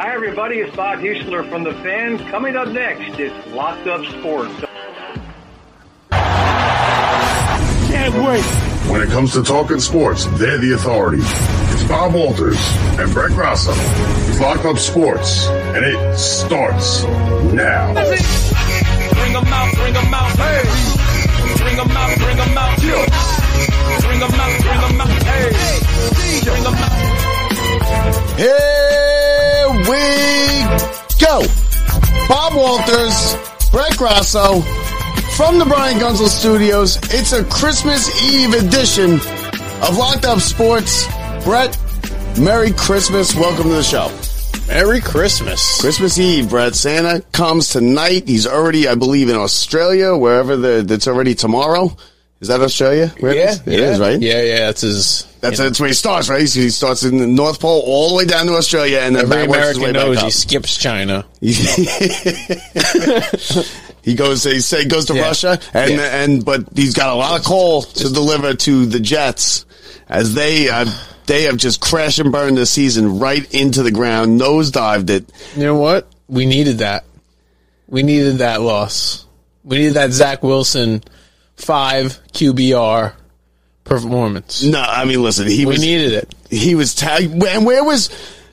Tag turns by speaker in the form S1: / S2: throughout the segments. S1: Hi, everybody. It's Bob Huesler from The Fan. Coming up next, it's Locked Up Sports.
S2: Can't wait.
S3: When it comes to talking sports, they're the authority. It's Bob Walters and Brett Grasso. It's Locked Up Sports, and it starts now.
S4: Bring 'em out, bring 'em out, hey. Bring 'em out, bring 'em out, yeah. Bring 'em out, bring 'em out, hey. Bring 'em out.
S5: Here we go. Bob Walters, Brett Grasso, from the Brian Gunzel Studios. It's a Christmas Eve edition of Locked Up Sports. Brett, Merry Christmas. Welcome to the show.
S6: Merry Christmas.
S5: Christmas Eve, Brett. Santa comes tonight. He's already, I believe, in Australia, wherever the that's already tomorrow. Is that Australia? Where it is? It is, right?
S6: Yeah, yeah. That's his.
S5: That's, that's where he starts, right? He starts in the North Pole all the way down to Australia and then
S6: Every
S5: back works his way
S6: American knows
S5: back
S6: he
S5: up.
S6: skips China.
S5: he goes. He say goes to
S6: Yeah.
S5: Russia, and
S6: Yeah.
S5: and but he's got a lot of coal to deliver to the Jets, as they uh, they have just crashed and burned this season right into the ground, nosedived it.
S6: You know what? We needed that. We needed that loss. We needed that Zach Wilson five QBR performance.
S5: No, I mean, listen, he
S6: we
S5: was
S6: needed it.
S5: he was tagged. And where was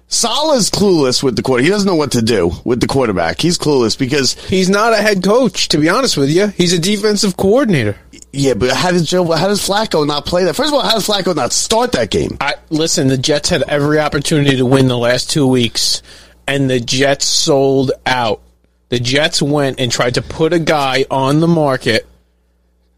S5: Salah's clueless with the quarter? He doesn't know what to do with the quarterback. He's clueless because
S6: He's not a head coach, to be honest with you. He's a defensive coordinator.
S5: yeah, but how did Joe? How does Flacco not play that? First of all, how does Flacco not start that game?
S6: I listen. The Jets had every opportunity to win the last two weeks, and the Jets sold out. The Jets went and tried to put a guy on the market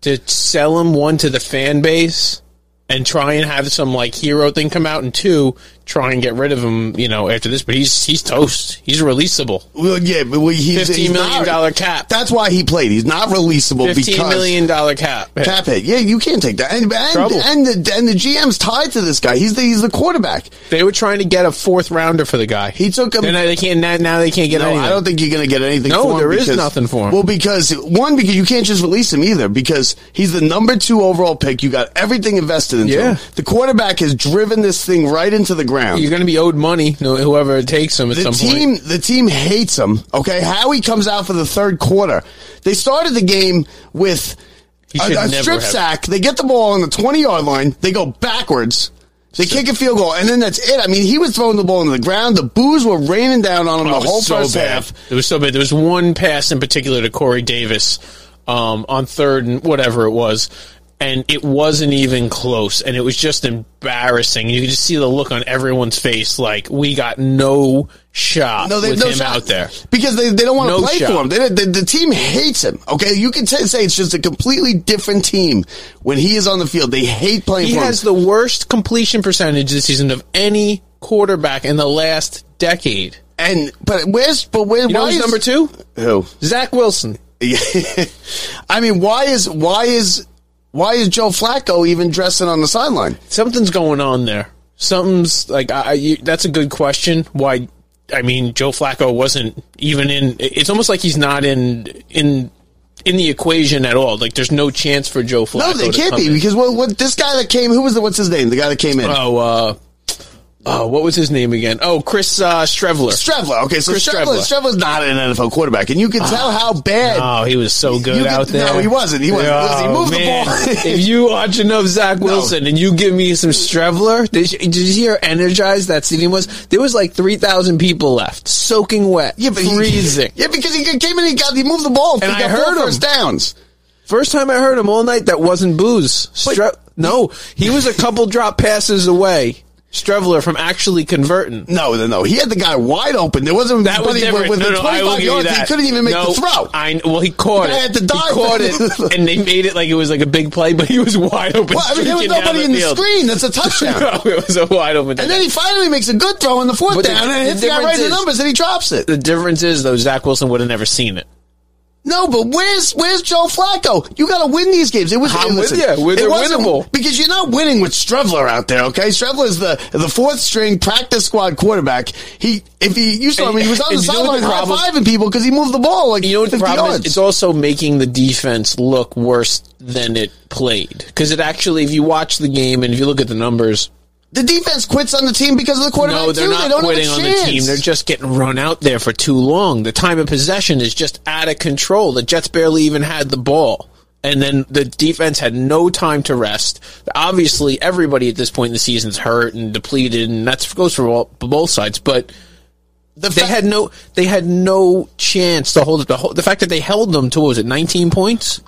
S6: to sell him one to the fan base and try and have some like hero thing come out, and two try and get rid of him. You know, after this, but he's he's toast. He's releasable.
S5: Well, yeah, but we, he's
S6: Fifteen
S5: he's
S6: million
S5: not-
S6: dollar cap.
S5: That's why he played. He's not releasable
S6: Fifteen
S5: because
S6: million dollar cap.
S5: cap hit. Yeah, you can't take that. And and,
S6: Trouble.
S5: and the and the GM's tied to this guy. He's the he's the quarterback.
S6: They were trying to get a fourth rounder for the guy.
S5: He took him.
S6: They're not- they can't now. Now they can't get.
S5: no,
S6: anything.
S5: I don't think you're going to get anything.
S6: No,
S5: for him
S6: there is
S5: because-
S6: nothing for him.
S5: Well, because one, because you can't just release him either, because he's the number two overall pick. You got everything invested into
S6: Yeah.
S5: him. The quarterback has driven this thing right into the ground.
S6: You're going to be owed money, no- whoever takes them at
S5: the
S6: some
S5: team,
S6: point.
S5: The team hates him. Okay, Howie comes out for the third quarter. They started the game with
S6: He
S5: a,
S6: should
S5: a
S6: never
S5: strip
S6: have-
S5: sack. They get the ball on the twenty yard line. They go backwards. They kick a field goal, and then that's it. I mean, he was throwing the ball into the ground. The boos were raining down on him
S6: Oh,
S5: the
S6: it was
S5: whole
S6: so
S5: first
S6: bad.
S5: half.
S6: It was so bad. There was one pass in particular to Corey Davis um, on third and whatever it was, and it wasn't even close, and it was just embarrassing. You could just see the look on everyone's face, like we got no shot
S5: No, they
S6: with
S5: no
S6: him
S5: shot.
S6: out there.
S5: because they, they don't want to
S6: No
S5: play
S6: shot.
S5: for him. They, the, the team hates him. Okay, you can t- say it's just a completely different team when he is on the field. They hate playing
S6: He
S5: for
S6: has
S5: him.
S6: the worst completion percentage this season of any quarterback in the last decade.
S5: and but where's but where?
S6: You know
S5: why
S6: who's
S5: is-
S6: number two?
S5: Who?
S6: Zach Wilson.
S5: I mean, why is why is why is Joe Flacco even dressing on the sideline?
S6: something's going on there. Something's like I, I you, that's a good question. Why? I mean, Joe Flacco wasn't even in. It's almost like he's not in in in the equation at all. Like there's no chance for Joe Flacco.
S5: No, they
S6: to
S5: can't
S6: come
S5: be
S6: in.
S5: because what, what this guy that came, who was the what's his name? The guy that came in,
S6: oh, uh, oh, what was his name again? Oh, Chris uh, Strevler.
S5: Strevler. Okay, so
S6: Chris Ah,
S5: Strevler,
S6: Strevler.
S5: Strevler's not an NFL quarterback, and you can tell how bad.
S6: Oh, he was so good
S5: could-
S6: out there. Oh,
S5: no, he wasn't. He wasn't. Listen, he moved the ball.
S6: if you watch enough Zach Wilson and you give me some Strevler, did you, did you see how energized that stadium was? There was like three thousand people left, soaking wet,
S5: yeah, but he-
S6: freezing.
S5: yeah, because he came in, he got he moved the ball,
S6: And
S5: he
S6: I
S5: got four
S6: heard him.
S5: first downs.
S6: First time I heard him all night, that wasn't booze. Stre- no, he was a couple drop passes away. Strevler from actually converting.
S5: No, no, no. He had the guy wide open. There wasn't
S6: That was
S5: anybody
S6: different.
S5: with
S6: no,
S5: the
S6: no, I will give you
S5: yards. He
S6: that.
S5: couldn't even make the
S6: No,
S5: throw.
S6: I well, he
S5: The
S6: caught
S5: guy
S6: it.
S5: had to dive.
S6: He caught it, and they made it like it was like a big play, but he was wide open.
S5: Well, I mean, there was
S6: streaking down
S5: nobody in the
S6: field.
S5: screen. That's a touchdown.
S6: no, it was a wide open.
S5: And then he finally makes a good throw on the fourth
S6: But the-
S5: down and
S6: the
S5: hits the guy
S6: difference
S5: right in the
S6: is-
S5: numbers and he drops it.
S6: the difference is though, Zach Wilson would have never seen it.
S5: No, but where's where's Joe Flacco? You got to win these games. It was
S6: I'm
S5: it,
S6: with ya. We're-
S5: it
S6: they're
S5: wasn't-
S6: winnable.
S5: because you're not winning with Strevler out there. Okay, Strevler is the the fourth string practice squad quarterback. He if he you saw him, he was on the
S6: And you know what
S5: sideline
S6: the problem-
S5: high fiving people because he moved the ball like
S6: You know what the
S5: 50
S6: problem
S5: yards.
S6: is? It's also making the defense look worse than it played. Because it actually, if you watch the game and if you look at the numbers,
S5: The defense quits on the team because of the quarterback.
S6: No, they're
S5: too.
S6: not
S5: they don't
S6: quitting
S5: have
S6: on
S5: a
S6: the
S5: chance.
S6: team. They're just getting run out there for too long. The time of possession is just out of control. The Jets barely even had the ball. And then the defense had no time to rest. Obviously, everybody at this point in the season's hurt and depleted, and that goes for all, both sides. But
S5: The
S6: they
S5: fact-
S6: had no, they had no chance to hold it. The, whole, the fact that they held them to what was it, nineteen points?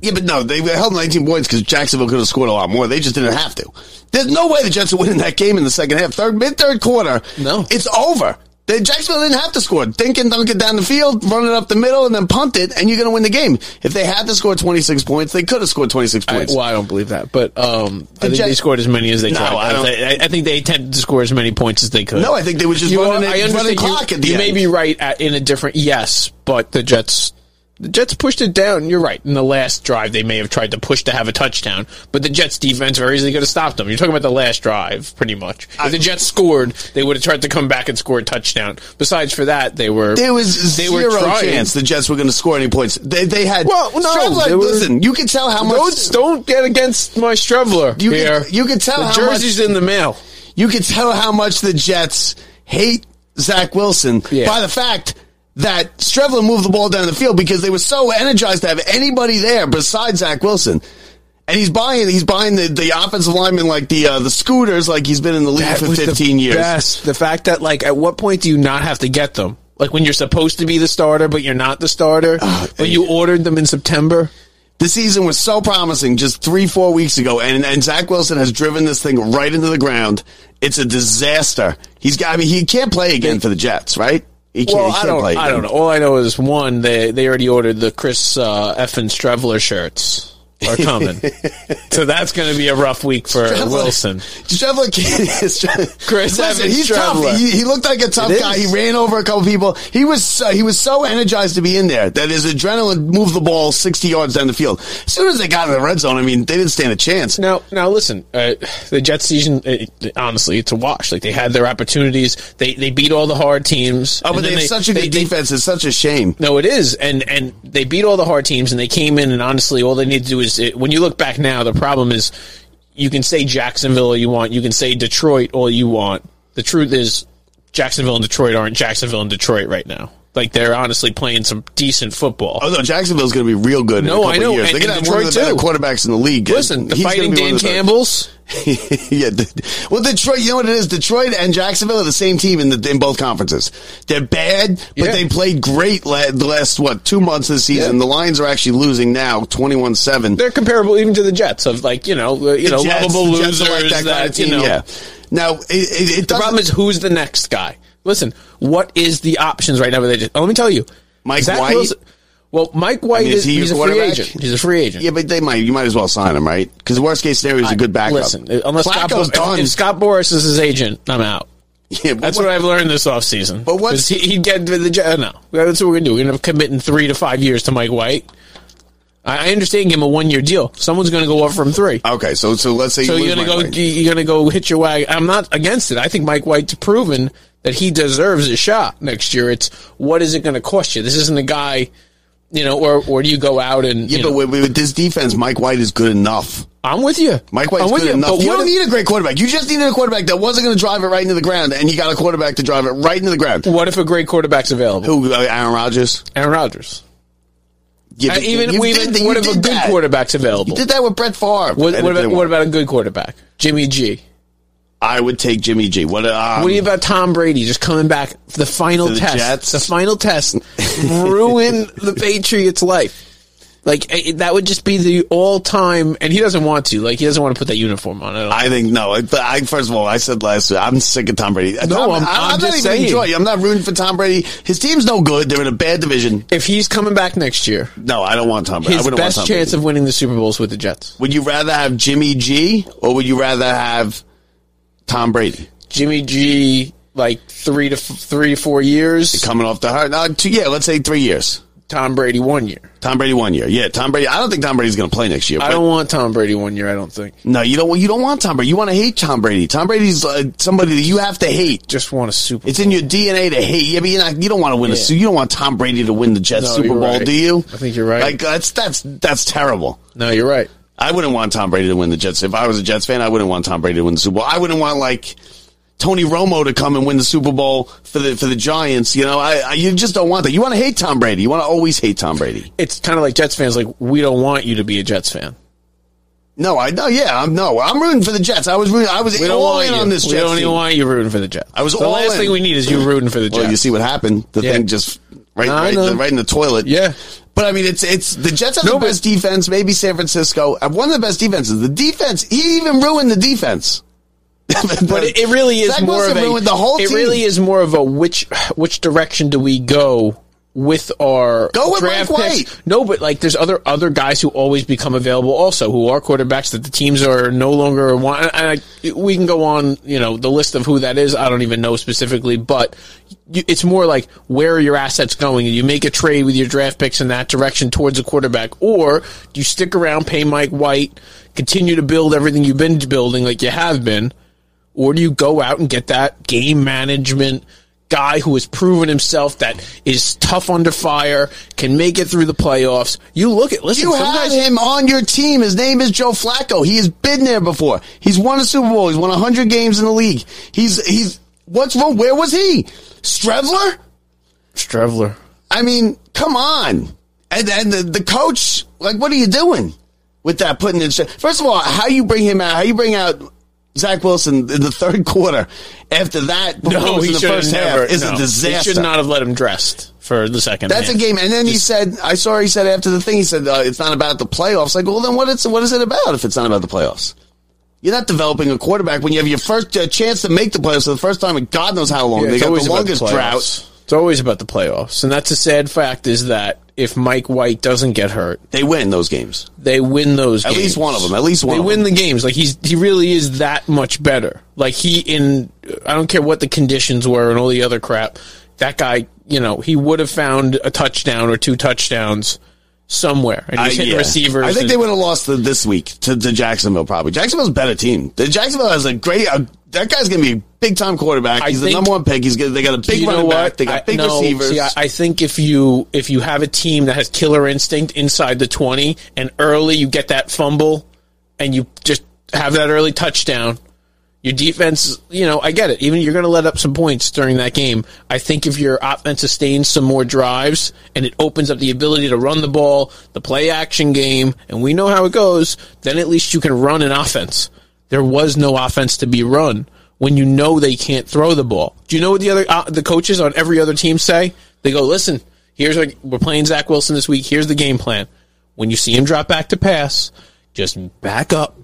S5: Yeah, but no, they held 19 points because Jacksonville could have scored a lot more. They just didn't have to. There's no way the Jets are winning that game in the second half. Third, mid third quarter,
S6: No.
S5: it's over. The Jacksonville didn't have to score. Dink and dunk it down the field, run it up the middle, and then punt it, and you're going to win the game. If they had to score 26 points, they could have scored 26
S6: I,
S5: points.
S6: well, I don't believe that, but um, I think
S5: Jet-
S6: they scored as many as they
S5: No,
S6: tried.
S5: I
S6: I,
S5: don't-
S6: I, I think they attempted to score as many points as they could.
S5: no, I think they were just
S6: You
S5: running,
S6: are-
S5: it, running
S6: understand
S5: clock
S6: you,
S5: at the
S6: you
S5: end.
S6: may be right at, in a different yes, but the Jets the Jets pushed it down. You're right. In the last drive, they may have tried to push to have a touchdown, but the Jets defense very easily could have stopped them. You're talking about the last drive, pretty much. If the Jets scored, they would have tried to come back and score a touchdown. Besides, for that, they were
S5: There was
S6: they
S5: zero
S6: were trying.
S5: chance the Jets were going to score any points. They, they had.
S6: Well, no,
S5: Strauss, like,
S6: they were-
S5: listen, you can tell how much.
S6: Don't, don't get against my Strevler
S5: You
S6: here.
S5: can, you can tell
S6: the
S5: how
S6: jersey's
S5: much
S6: in the mail.
S5: you can tell how much the Jets hate Zach Wilson
S6: Yeah.
S5: by the fact that Strevlin moved the ball down the field because they were so energized to have anybody there besides Zach Wilson. And he's buying he's buying the, the offensive lineman like the uh, the scooters like he's been in the league
S6: That
S5: for
S6: was the
S5: fifteen years.
S6: best. The fact that like at what point do you not have to get them? Like when you're supposed to be the starter, but you're not the starter,
S5: Uh,
S6: but you ordered them in September.
S5: The season was so promising just three, four weeks ago, and, and Zach Wilson has driven this thing right into the ground. It's a disaster. He's got I mean he can't play again for the Jets, right? He can't,
S6: Well,
S5: he
S6: I
S5: can't
S6: don't.
S5: play
S6: I
S5: again.
S6: don't know. All I know is one. They they already ordered the Chris uh, Effin Strevler shirts are coming, so that's going to be a rough week for
S5: Strevler-
S6: Wilson.
S5: Strevler can't.
S6: Chris
S5: Listen,
S6: Evans
S5: he's
S6: Strevler.
S5: tough. He, he looked like a tough
S6: It
S5: guy.
S6: is.
S5: He ran over a couple people. He was so, he was so energized to be in there that his adrenaline moved the ball sixty yards down the field. As soon as they got in the red zone, I mean, they didn't stand a chance.
S6: Now, now listen. Uh, the Jets season, uh honestly, it's a wash. Like they had their opportunities. They they beat all the hard teams.
S5: Oh, but
S6: and
S5: they
S6: then
S5: have such a
S6: they-
S5: good
S6: they-
S5: defense. It's such a shame.
S6: No, it is, and and they beat all the hard teams, and they came in, and honestly, all they need to do is it, when you look back now, the problem is you can say Jacksonville all you want, you can say Detroit all you want. The truth is, Jacksonville and Detroit aren't Jacksonville and Detroit right now. Like they're honestly playing some decent football.
S5: Oh no, Jacksonville's going to be real good.
S6: No,
S5: in a
S6: I
S5: couple
S6: know,
S5: Years.
S6: and-
S5: They're going to
S6: and
S5: have one of the better
S6: Detroit, too.
S5: quarterbacks in the league.
S6: Listen, the
S5: He's gonna
S6: fighting
S5: be one
S6: Dan
S5: of the best.
S6: Campbell's.
S5: yeah. d- Well, Detroit. You know what it is? Detroit and Jacksonville are the same team in the in both conferences. They're bad, but
S6: Yeah.
S5: they played great la- the last what two months of the season.
S6: Yeah.
S5: The Lions are actually losing now, twenty-one seven.
S6: They're comparable even to the Jets of like you know uh, you know lovable losers that, you know.
S5: Now it, it, it
S6: The problem
S5: doesn't-
S6: is who's the next guy. Listen, what is the options right now? They just, let me tell you,
S5: Mike White?
S6: well, Mike White
S5: I mean,
S6: is,
S5: is he your
S6: he's a free
S5: quarterback?
S6: agent. He's a free agent.
S5: Yeah, but they might. You might as well sign him, right? Because worst case scenario is a good backup.
S6: Listen, unless Scott,
S5: Flacco's
S6: Bo-
S5: done.
S6: if, if Scott Boris is his agent, I'm out.
S5: Yeah, but
S6: That's what, I've learned this offseason.
S5: But what's-
S6: 'Cause he, he'd get the, the no? That's what we're gonna do. We're gonna end up committing three to five years to Mike White. I, I understand give him a one year deal. Someone's gonna go up from three.
S5: Okay, so so let's say
S6: So
S5: you
S6: you're
S5: lose
S6: gonna go.
S5: Mike White.
S6: You're gonna go hit your wagon. I'm not against it. I think Mike White's proven that he deserves a shot next year. It's what is it gonna cost you? This isn't a guy, you know, or or do you go out and
S5: Yeah,
S6: you
S5: but
S6: know,
S5: with, with this defense, Mike White is good enough.
S6: I'm with you.
S5: Mike White's
S6: I'm with
S5: good
S6: you.
S5: enough.
S6: But
S5: You
S6: what
S5: don't
S6: if,
S5: need a great quarterback. You just needed a quarterback that wasn't going to drive it right into the ground, and you got a quarterback to drive it right into the ground.
S6: what if a great quarterback's available?
S5: Who? Uh, Aaron Rodgers.
S6: Aaron Rodgers.
S5: Yeah,
S6: Uh,
S5: but
S6: even
S5: you
S6: we
S5: did
S6: even
S5: that- you
S6: what if a
S5: did
S6: good
S5: that.
S6: quarterback's available?
S5: You did that with Brett Favre.
S6: What,
S5: And
S6: what
S5: it
S6: about
S5: didn't
S6: what
S5: work.
S6: about a good quarterback? Jimmy G.
S5: I would take Jimmy G. What? Um,
S6: What do you about Tom Brady just coming back for the final
S5: To the
S6: test?
S5: Jets?
S6: The final test ruin the Patriots' life. Like eh, eh, that would just be the all-time, and he doesn't want to. Like he doesn't want to put that uniform on. At all.
S5: I think no. I, I first of all, I said last week, I'm sick of Tom Brady.
S6: No, I'm- I'm
S5: not
S6: just
S5: even
S6: saying.
S5: enjoying. I'm not rooting for Tom Brady. His team's no good. They're in a bad division.
S6: if he's coming back next year,
S5: No, I don't want Tom Brady. I
S6: his
S5: wouldn't
S6: best
S5: want Tom
S6: chance
S5: Brady.
S6: of winning the Super Bowl is with the Jets.
S5: Would you rather have Jimmy G or would you rather have Tom Brady?
S6: Jimmy G, like three to f- three to four years.
S5: coming off the heart. Uh, two, yeah, let's say three years.
S6: Tom Brady one year.
S5: Tom Brady one year. Yeah, Tom Brady. I don't think Tom Brady's going to play next year.
S6: I
S5: but-
S6: don't want Tom Brady one year. I don't think.
S5: No, you don't. You don't want Tom Brady. You want to hate Tom Brady. Tom Brady's uh, somebody that you have to hate.
S6: Just want a Super.
S5: It's in your DNA to hate. Yeah, but you're not, you don't want to win a
S6: Yeah.
S5: a. You don't want Tom Brady to win the Jets
S6: No,
S5: Super
S6: you're
S5: Bowl,
S6: right.
S5: do you?
S6: I think you're right.
S5: Like that's that's that's terrible.
S6: no, you're right.
S5: I wouldn't want Tom Brady to win the Jets. If I was a Jets fan, I wouldn't want Tom Brady to win the Super Bowl. I wouldn't want like Tony Romo to come and win the Super Bowl for the for the Giants. You know, I, I you just don't want that. You want to hate Tom Brady. You want to always hate Tom Brady.
S6: It's kind of like Jets fans, like, we don't want you to be a Jets fan.
S5: No, I no, yeah, I'm no, I'm rooting for the Jets. I was rooting, I was
S6: We don't
S5: all
S6: want
S5: in
S6: you.
S5: on this.
S6: We
S5: Jets
S6: don't even
S5: team.
S6: want you rooting for the Jets.
S5: I was
S6: the
S5: all
S6: last
S5: in.
S6: thing we need is you rooting for the Jets.
S5: Well, you see what happened. The
S6: Yeah.
S5: thing just right,
S6: I
S5: right,
S6: know.
S5: right in the toilet.
S6: Yeah.
S5: But I mean, it's it's the Jets have
S6: No,
S5: the
S6: but-
S5: best defense. Maybe San Francisco. have One of the best defenses. The defense. He even ruined the defense.
S6: but it, it really is
S5: Zach
S6: more
S5: Wilson
S6: of a,
S5: ruined the whole
S6: It
S5: team.
S6: really is more of a which which direction do we go with our
S5: Go with
S6: draft
S5: Mike
S6: picks?
S5: White.
S6: No, but like there's other other guys who always become available also who are quarterbacks that the teams are no longer want. And I, we can go on, you know, the list of who that is. I don't even know specifically, but you, it's more like where are your assets going? And you make a trade with your draft picks in that direction towards a quarterback, or do you stick around, pay Mike White, continue to build everything you've been building like you have been or do you go out and get that game management guy who has proven himself that is tough under fire, can make it through the playoffs? You look at listen,
S5: You
S6: some
S5: have
S6: guys,
S5: him on your team. His name is Joe Flacco. He has been there before. He's won a Super Bowl. He's won hundred games in the league. He's he's what's wrong? Where was he? Strevler?
S6: Strevler.
S5: I mean, come on. And and the, the coach, like, what are you doing with that? Putting in first of all, how you bring him out? How you bring out Zach Wilson in the third quarter after that?
S6: No,
S5: performance
S6: he
S5: in the
S6: should
S5: first
S6: have never.
S5: half is
S6: no.
S5: a disaster.
S6: They should not have let him dressed for the second.
S5: That's
S6: half.
S5: a game. And then he said, I saw he said after the thing, he said, uh, it's not about the playoffs. Like, well, then what is, what is it about if it's not about the playoffs? You're not developing a quarterback when you have your first uh, chance to make the playoffs for the first time in God knows how long.
S6: Yeah,
S5: they
S6: it's
S5: got
S6: always
S5: the
S6: about
S5: longest
S6: playoffs.
S5: drought.
S6: It's always about the playoffs, and that's a sad fact. Is that if Mike White doesn't get hurt,
S5: They win those games.
S6: they win those.
S5: At
S6: games.
S5: least one of them. At least one
S6: They
S5: of
S6: win
S5: them.
S6: the games. Like he's he really is that much better. Like he in I don't care what the conditions were and all the other crap. That guy, you know, he would have found a touchdown or two touchdowns somewhere. And
S5: I-
S6: he's hitting
S5: yeah.
S6: receivers.
S5: I think
S6: and-
S5: they would have lost the, this week to, to Jacksonville. Probably Jacksonville's a better team. The Jacksonville has a great. Uh, that guy's going to be a big time quarterback.
S6: I
S5: He's the
S6: think-
S5: number one pick. He's gonna, they got a big
S6: you know
S5: running back.
S6: what?
S5: They got
S6: I-
S5: big
S6: no,
S5: receivers.
S6: See, I, I think if you if you have a team that has killer instinct inside the twenty and early you get that fumble and you just have that early touchdown, your defense, you know, I get it. Even you're going to let up some points during that game. I think if your offense sustains some more drives and it opens up the ability to run the ball, the play action game, and we know how it goes, then at least you can run an offense. There was no offense to be run when you know they can't throw the ball. Do you know what the other uh, the coaches on every other team say? They go, "Listen, here's our, we're playing Zach Wilson this week. Here's the game plan. When you see him drop back to pass, just back up,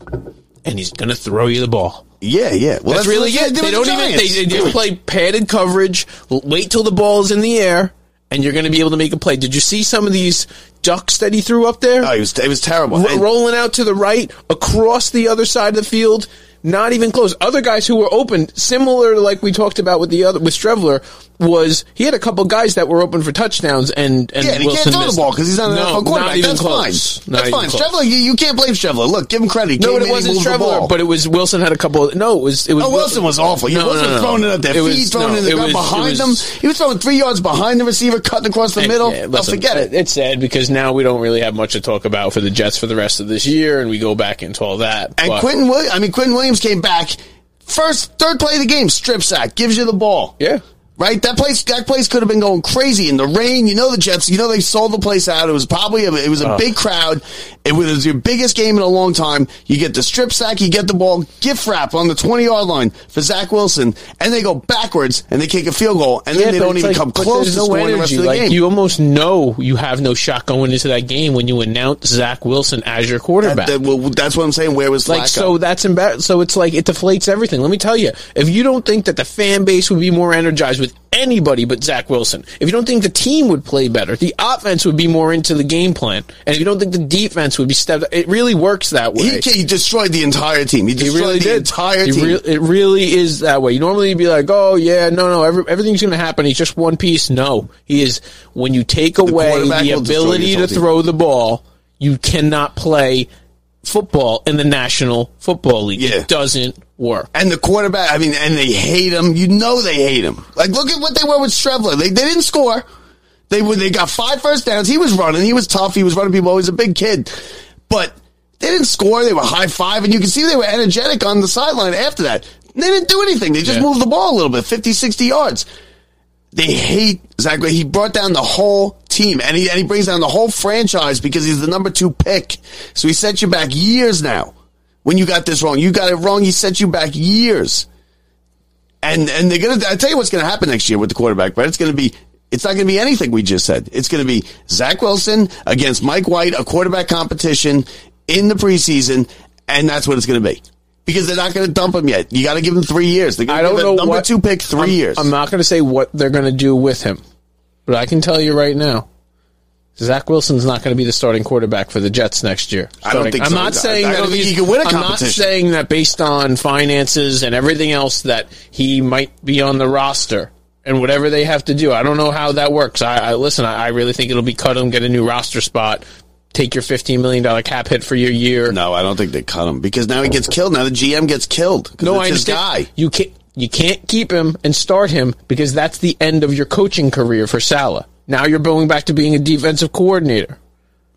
S6: and he's going to throw you the ball."
S5: yeah, yeah. Well,
S6: That's, really
S5: what
S6: it.
S5: did
S6: They
S5: with
S6: don't
S5: the
S6: even they,
S5: Giants.
S6: they just play padded coverage. l- Wait till the ball is in the air, and you're going to be able to make a play. Did you see some of these ducks that he threw up there?
S5: Oh, it was it was terrible.
S6: Ro-
S5: And-
S6: rolling out to the right across the other side of the field. Not even close. Other guys who were open, similar to like we talked about with the other with Strevler, was he had a couple guys that were open for touchdowns and and
S5: Yeah, and he
S6: Wilson
S5: can't throw the
S6: missed
S5: ball
S6: them.
S5: because he's not an
S6: No,
S5: NFL quarterback.
S6: even
S5: That's
S6: close.
S5: fine.
S6: Not
S5: That's
S6: even
S5: fine.
S6: close.
S5: Strevler, you, you can't blame Strevler. Look, give him credit. He
S6: No,
S5: came
S6: but
S5: in,
S6: it
S5: he
S6: wasn't
S5: moved the ball.
S6: Trevor, but it was Wilson had a couple. No, it was it was.
S5: Oh, Wilson was awful. Yeah, Wilson was throwing it up their
S6: It
S5: feet,
S6: was-
S5: throwing
S6: no,
S5: it in the
S6: it
S5: ground
S6: was- it
S5: behind
S6: was-
S5: them. He was throwing three yards behind the receiver, cutting across the
S6: And,
S5: middle.
S6: yeah,
S5: oh,
S6: listen,
S5: forget it.
S6: It's sad because now we don't really have much to talk about for the Jets for the rest of this year, and we go back into all that.
S5: And
S6: but-
S5: Quentin Williams, I mean, Quentin Williams came back first, third play of the game, strip sack, gives you the ball.
S6: yeah,
S5: Right? That place, that place could have been going crazy in the rain. You know, the Jets, you know, they sold the place out. It was probably, a, it was a big crowd. It was, your biggest game in a long time. You get the strip sack, you get the ball, gift wrap on the 20 yard line for Zach Wilson, and they go backwards and they kick a field goal, and
S6: Yeah,
S5: then they
S6: but
S5: don't
S6: it's
S5: even
S6: like-
S5: come
S6: but
S5: close to
S6: there's no
S5: scoring the rest
S6: energy.
S5: of the
S6: like,
S5: game.
S6: You almost know you have no shot going into that game when you announce Zach Wilson as your quarterback.
S5: That- well, that's what I'm saying. Where was
S6: like
S5: Flacco?
S6: so that's embar- so it's like it deflates everything. Let me tell you, if you don't think that the fan base would be more energized with anybody but Zach Wilson, if you don't think the team would play better, the offense would be more into the game plan, and if you don't think the defense would be stepped, it really works that way.
S5: he, he destroyed the entire team. He
S6: He
S5: destroyed
S6: really
S5: the
S6: did.
S5: entire
S6: He
S5: team.
S6: re- it really is that way. You normally be like, "Oh yeah, no, no, every- everything's going to happen. He's just one piece." No, he is. When you take away
S5: quarterback
S6: the
S5: will destroy
S6: ability
S5: your
S6: to
S5: whole team.
S6: throw the ball, you cannot play football in the National Football League.
S5: Yeah.
S6: It doesn't work.
S5: And the quarterback, I mean, and they hate him. You know they hate him. Like, look at what they were with Strevler. They, they didn't score. They were, they got five first downs. He was running. He was tough. He was running people. He was a big kid. But They didn't score. They were high five, and you can see they were energetic on the sideline after that. They didn't do anything. They just
S6: Yeah.
S5: moved the ball a little bit, 50, 60 yards. They hate Zach. Gra- He brought down the whole team, and he, and he brings down the whole franchise because he's the number two pick. So he sent you back years now when you got this wrong. You got it wrong. He sent you back years. And and they're gonna. I tell you what's gonna happen next year with the quarterback, but it's gonna be. It's not gonna be anything we just said. It's gonna be Zach Wilson against Mike White, a quarterback competition in the preseason, and that's what it's gonna be. Because they're not gonna dump him yet. You got to give him three years. They're gonna
S6: I don't
S5: give a
S6: know
S5: number
S6: what-
S5: two pick 3
S6: I'm-
S5: years.
S6: I'm not going to say what they're going to do with him, but I can tell you right now, Zach Wilson's not going to be the starting quarterback for the Jets next year.
S5: I don't think
S6: I'm
S5: so.
S6: not saying
S5: I- I
S6: that
S5: don't
S6: if
S5: think
S6: he's-
S5: he can win a
S6: I'm not
S5: competition.
S6: saying that based on finances and everything else that he might be on the roster and whatever they have to do. I don't know how that works. I, I listen. I, I really think it'll be cut him, get a new roster spot, take your 15 million dollar cap hit for your year.
S5: No, I don't think they cut him because now he gets killed. Now the GM gets killed. 'Cause
S6: No,
S5: it's
S6: I
S5: his
S6: understand.
S5: guy.
S6: You can't you can't keep him and start him because that's the end of your coaching career for Salah. Now you're going back to being a defensive coordinator.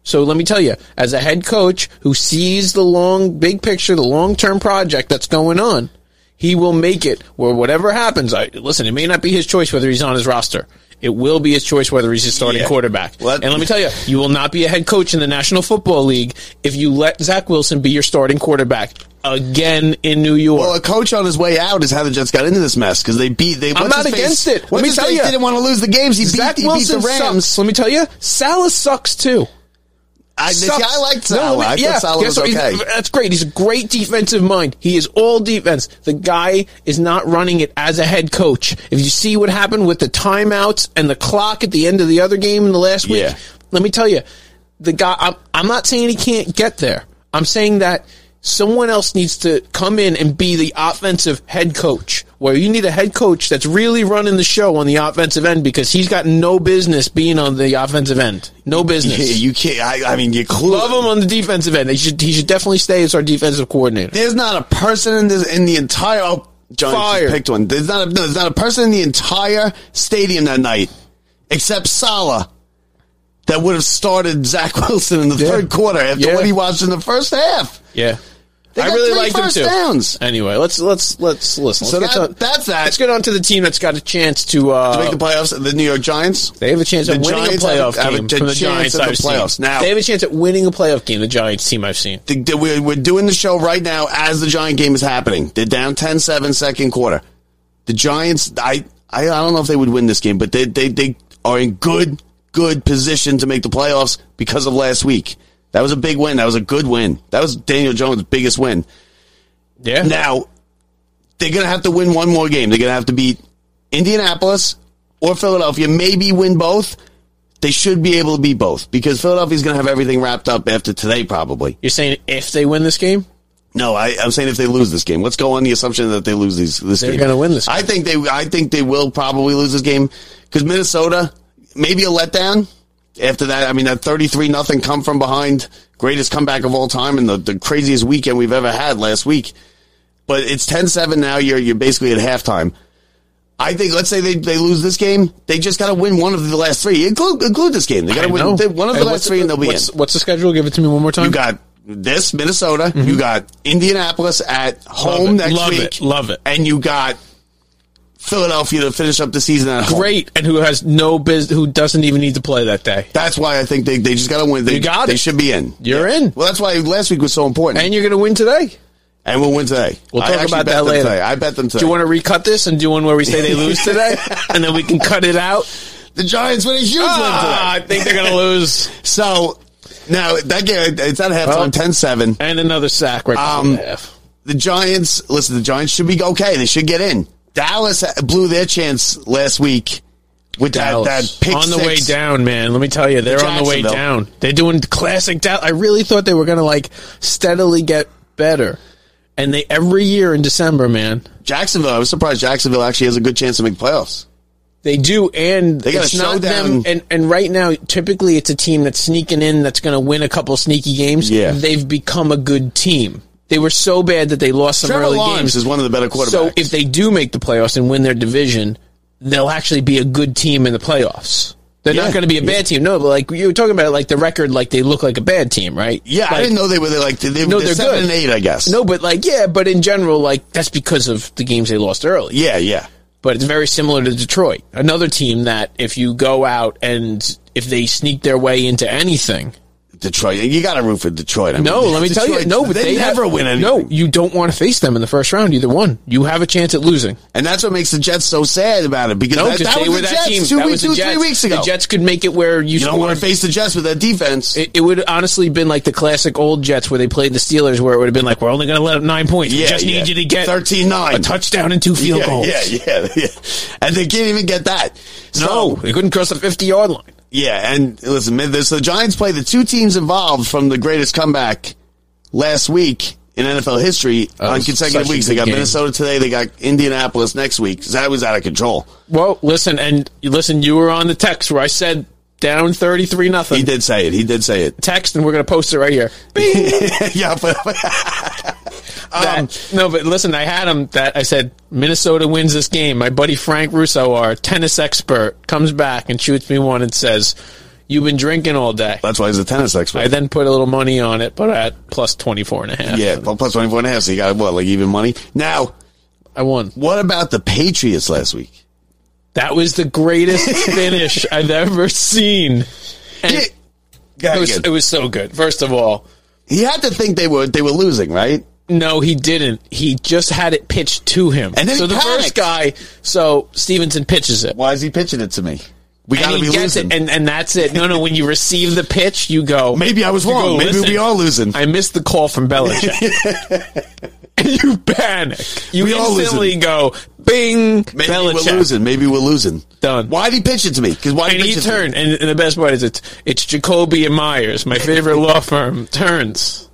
S6: So let me tell you, as a head coach who sees the long big picture, the long term project that's going on, he will make it where whatever happens. I listen. It may not be his choice whether he's on his roster. It will be his choice whether he's his starting
S5: Yeah.
S6: quarterback.
S5: Well, that-
S6: and let me tell you, you will not be a head coach in the National Football League if you let Zach Wilson be your starting quarterback again in New York.
S5: Well, a coach on his way out is how the Jets got into this mess because they beat. They,
S6: I'm
S5: what's
S6: not
S5: his face-
S6: against it. Let
S5: what's
S6: me
S5: his
S6: tell
S5: face
S6: you.
S5: didn't want to lose the games. He beat,
S6: Zach
S5: he beat
S6: Wilson
S5: the Rams.
S6: sucks. Let me tell you, Salah sucks too.
S5: I, see, I liked
S6: No,
S5: Salah.
S6: let me-
S5: I
S6: yeah,
S5: thought Salah
S6: guess
S5: was
S6: what? He's-
S5: okay.
S6: That's great. He's a great defensive mind. He is all defense. The guy is not running it as a head coach. If you see what happened with the timeouts and the clock at the end of the other game in the last week,
S5: Yeah.
S6: let me tell you, the guy. I'm, I'm not saying he can't get there. I'm saying that someone else needs to come in and be the offensive head coach. Where you need a head coach that's really running the show on the offensive end because he's got no business being on the offensive end. No business.
S5: Yeah, you can't. I, I mean, you clue.
S6: Love him on the defensive end. He should he should definitely stay as our defensive coordinator.
S5: There's not a person in this in the entire. Oh, Johnny just
S6: Fired.
S5: picked one. There's not. A, no, there's not a person in the entire stadium that night, except Salah, that would have started Zach Wilson in the
S6: Yeah.
S5: third quarter after
S6: Yeah.
S5: what he watched in the first half.
S6: Yeah.
S5: They
S6: I
S5: got
S6: really
S5: three
S6: like him
S5: first
S6: too.
S5: downs.
S6: Anyway, let's let's let's listen.
S5: So
S6: Let's get
S5: that-
S6: to-
S5: that's that.
S6: Let's get on to the team that's got a chance to uh,
S5: To make the playoffs, the New York Giants.
S6: They have a chance
S5: The
S6: at winning
S5: Giants
S6: a
S5: have a-
S6: playoff
S5: have a
S6: game from the
S5: chance
S6: Giants.
S5: at the
S6: I've seen.
S5: playoffs. Now-
S6: they have a chance at winning a playoff game. The Giants team I've seen.
S5: the, the- we're, we're doing the show right now as the Giant game is happening. They're down 10-7 second quarter. The Giants, I, I, I don't know if they would win this game, but they, they, they are in good, good position to make the playoffs because of last week. That was a big win. That was a good win. That was Daniel Jones' biggest win.
S6: Yeah.
S5: Now, they're going to have to win one more game. They're going to have to beat Indianapolis or Philadelphia, maybe win both. They should be able to beat both because Philadelphia's going to have everything wrapped up after today, probably.
S6: You're saying if they win this game,
S5: No, I, I'm saying if they lose this game, let's go on the assumption that they lose these, this
S6: They're
S5: game.
S6: gonna win this
S5: I think they. I think they will probably lose this game because Minnesota maybe a letdown. After that, I mean that 33 nothing come from behind, greatest comeback of all time, and the, the craziest weekend we've ever had last week. But it's 10-7 now. You're you're basically at halftime. I think let's say they, they lose this game, they just got to win one of the last three. Include, include this game. They got
S6: I
S5: to win
S6: know.
S5: they- one of the
S6: Hey,
S5: last
S6: what's-
S5: three, and they'll be in.
S6: what's, What's the schedule? Give it to me one more time.
S5: You got this Minnesota. You got Indianapolis at home
S6: it,
S5: next
S6: love
S5: week.
S6: it, love it.
S5: And you got Philadelphia to finish up the season at home.
S6: great, and who has no business, who doesn't even need to play that day,
S5: That's why I think they, they just got to win. They,
S6: You got
S5: they
S6: it.
S5: should be in.
S6: You're in.
S5: Well, that's why last week was so important.
S6: and
S5: And,
S6: you're going to win today.
S5: we'll win today.
S6: We'll
S5: I
S6: talk
S5: actually bet
S6: about that
S5: them
S6: later.
S5: Today. I bet them today.
S6: Do you want to recut this and do one where we say they lose today, and then we can cut it out?
S5: the Giants win a huge
S6: Ah, I
S5: win today.
S6: think they're going to lose,
S5: So now that game, it's at halftime,
S6: Well,
S5: 10-7.
S6: and another sack right
S5: Um,
S6: um, half.
S5: the Giants, listen, the Giants should be okay. They should get in. Dallas blew their chance last week with that, that
S6: Dallas.
S5: pick
S6: on the
S5: six.
S6: way down, man. Let me tell you, they're on the way
S5: Jacksonville.
S6: down. They're doing classic Dallas. I really thought they were going to like steadily get better, and they every year in December, man,
S5: Jacksonville, I was surprised Jacksonville actually has a good chance to make playoffs.
S6: They do, and
S5: They got a
S6: it's not
S5: showdown.
S6: them. And, and right now, typically, it's a team that's sneaking in that's going to win a couple sneaky games.
S5: Yeah.
S6: they've become a good team. They were so bad that they lost some
S5: Trevor
S6: early
S5: Lawrence
S6: games.
S5: is one of the better quarterbacks.
S6: so if they do make the playoffs and win their division, they'll actually be a good team in the playoffs. They're
S5: Yeah.
S6: not going to be a bad team. No, but like you were talking about, like the record, like they look like a bad team, right?
S5: Yeah, I
S6: Like,
S5: didn't know they were they like they, they,
S6: No,
S5: they're,
S6: they're
S5: seven
S6: good.
S5: and eight, I guess.
S6: No, but like yeah, but in general, like that's because of the games they lost early.
S5: Yeah, yeah.
S6: But it's very similar to Detroit, another team that if you go out and if they sneak their way into anything,
S5: Detroit. You got to root for Detroit. I mean,
S6: no, let me tell you,
S5: Detroit,
S6: no, but
S5: they,
S6: they, have-
S5: never win anything.
S6: No, you don't want to face them in the first round, either one. You have a chance at losing.
S5: and that's what makes the Jets so sad about it because
S6: No,
S5: that,
S6: because
S5: that
S6: they
S5: was
S6: were
S5: the Jets
S6: that team.
S5: two,
S6: that
S5: weeks-
S6: was the
S5: two,
S6: Jets.
S5: three weeks ago.
S6: The Jets could make it where
S5: you
S6: you,
S5: don't want to
S6: scored-
S5: face the Jets with that defense.
S6: It, it would honestly been like the classic old Jets where they played the Steelers, where it would have been like, "We're only going to let up nine points. we just need you to get
S5: 13-9.
S6: a touchdown and two field
S5: yeah,
S6: goals."
S5: yeah, yeah, yeah. And they can't even get that. So,
S6: No, they couldn't cross the fifty-yard line.
S5: yeah, and listen, man, this, the Giants play the two teams involved from the greatest comeback last week in NFL history
S6: That
S5: on
S6: was
S5: consecutive
S6: such a
S5: weeks. They
S6: good
S5: got
S6: game.
S5: Minnesota today. They got Indianapolis next week. That was out of control.
S6: Well, listen, and listen, you were on the text where I said down thirty-three
S5: He
S6: nothing.
S5: did say it. He did say it.
S6: Text, and we're going to post it right here.
S5: yeah, but, um,
S6: That- no, but listen, I had him that I said Minnesota wins this game. My buddy Frank Russo, our tennis expert, comes back and shoots me one and says, "You've been drinking all day."
S5: that's why he's a tennis expert.
S6: I then put a little money on it, but at plus 24 and a half.
S5: yeah, well, plus 24 and a half, so you got, what, like even money? Now,
S6: I won.
S5: what about the Patriots last week?
S6: That was the greatest finish I've ever seen. And
S5: Yeah.
S6: it,
S5: Go
S6: was,
S5: ahead.
S6: it was so good. First of all,
S5: he had to think they were they were losing, right?
S6: no, he didn't. He just had it pitched to him.
S5: And then
S6: so
S5: he
S6: the
S5: panicked.
S6: first guy, so Stevenson pitches it.
S5: Why is he pitching it to me? We
S6: And
S5: got to
S6: he
S5: be
S6: gets
S5: losing.
S6: it, and, and that's it. No, no, when you receive the pitch, you go.
S5: Maybe I was
S6: you
S5: wrong.
S6: go,
S5: Maybe
S6: "Listen,
S5: we are losing.
S6: I missed the call from Belichick. and you panic. You
S5: We are losing.
S6: instantly go, bing,
S5: Maybe we're
S6: Belichick.
S5: losing. Maybe we're losing.
S6: Done.
S5: Why did he pitch it to me? Because why did
S6: and he
S5: pitch it to me?
S6: turned. And, and the best part is it's it's Jacoby and Myers, my favorite law firm. Turns,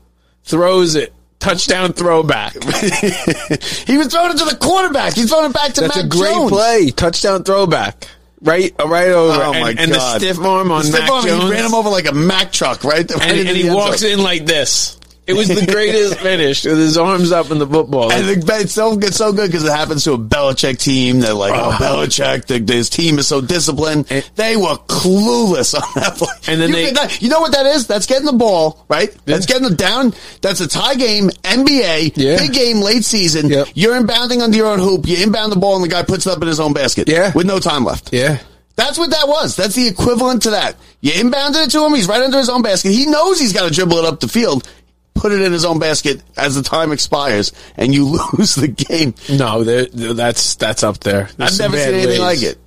S6: throws it, touchdown throwback.
S5: He was throwing it to the quarterback. He's throwing it back to
S6: That's
S5: Mac
S6: a great
S5: Jones.
S6: play, touchdown throwback. Right, right over.
S5: Oh
S6: Uh, and,
S5: my
S6: and
S5: god!
S6: the stiff arm on
S5: The stiff
S6: Mac
S5: arm,
S6: Jones.
S5: He ran him over like a Mac truck, right? Right
S6: and,
S5: into
S6: and
S5: the
S6: he
S5: end
S6: walks
S5: zone.
S6: in like this. It was the greatest finish with his arms up in the football.
S5: And the, it's so good, so good because it happens to a Belichick team. They're like, oh, Belichick, the, his team is so disciplined.
S6: And-
S5: they were clueless on that play.
S6: And then
S5: you,
S6: they-
S5: could not- you know what that is? That's getting the ball right. That's getting it down. That's a tie game, NBA,
S6: Yeah.
S5: big game, late season.
S6: Yep.
S5: You're inbounding under your own hoop. You inbound the ball, and the guy puts it up in his own basket.
S6: Yeah.
S5: with no time left.
S6: yeah,
S5: That's what that was. That's the equivalent to that. You inbounded it to him. He's right under his own basket. He knows he's got to dribble it up the field, put it in his own basket as the time expires, and you lose the game.
S6: no, they're- they're- that's that's up there. There's
S5: I've
S6: some
S5: never
S6: bad
S5: seen anything
S6: ways.
S5: like it.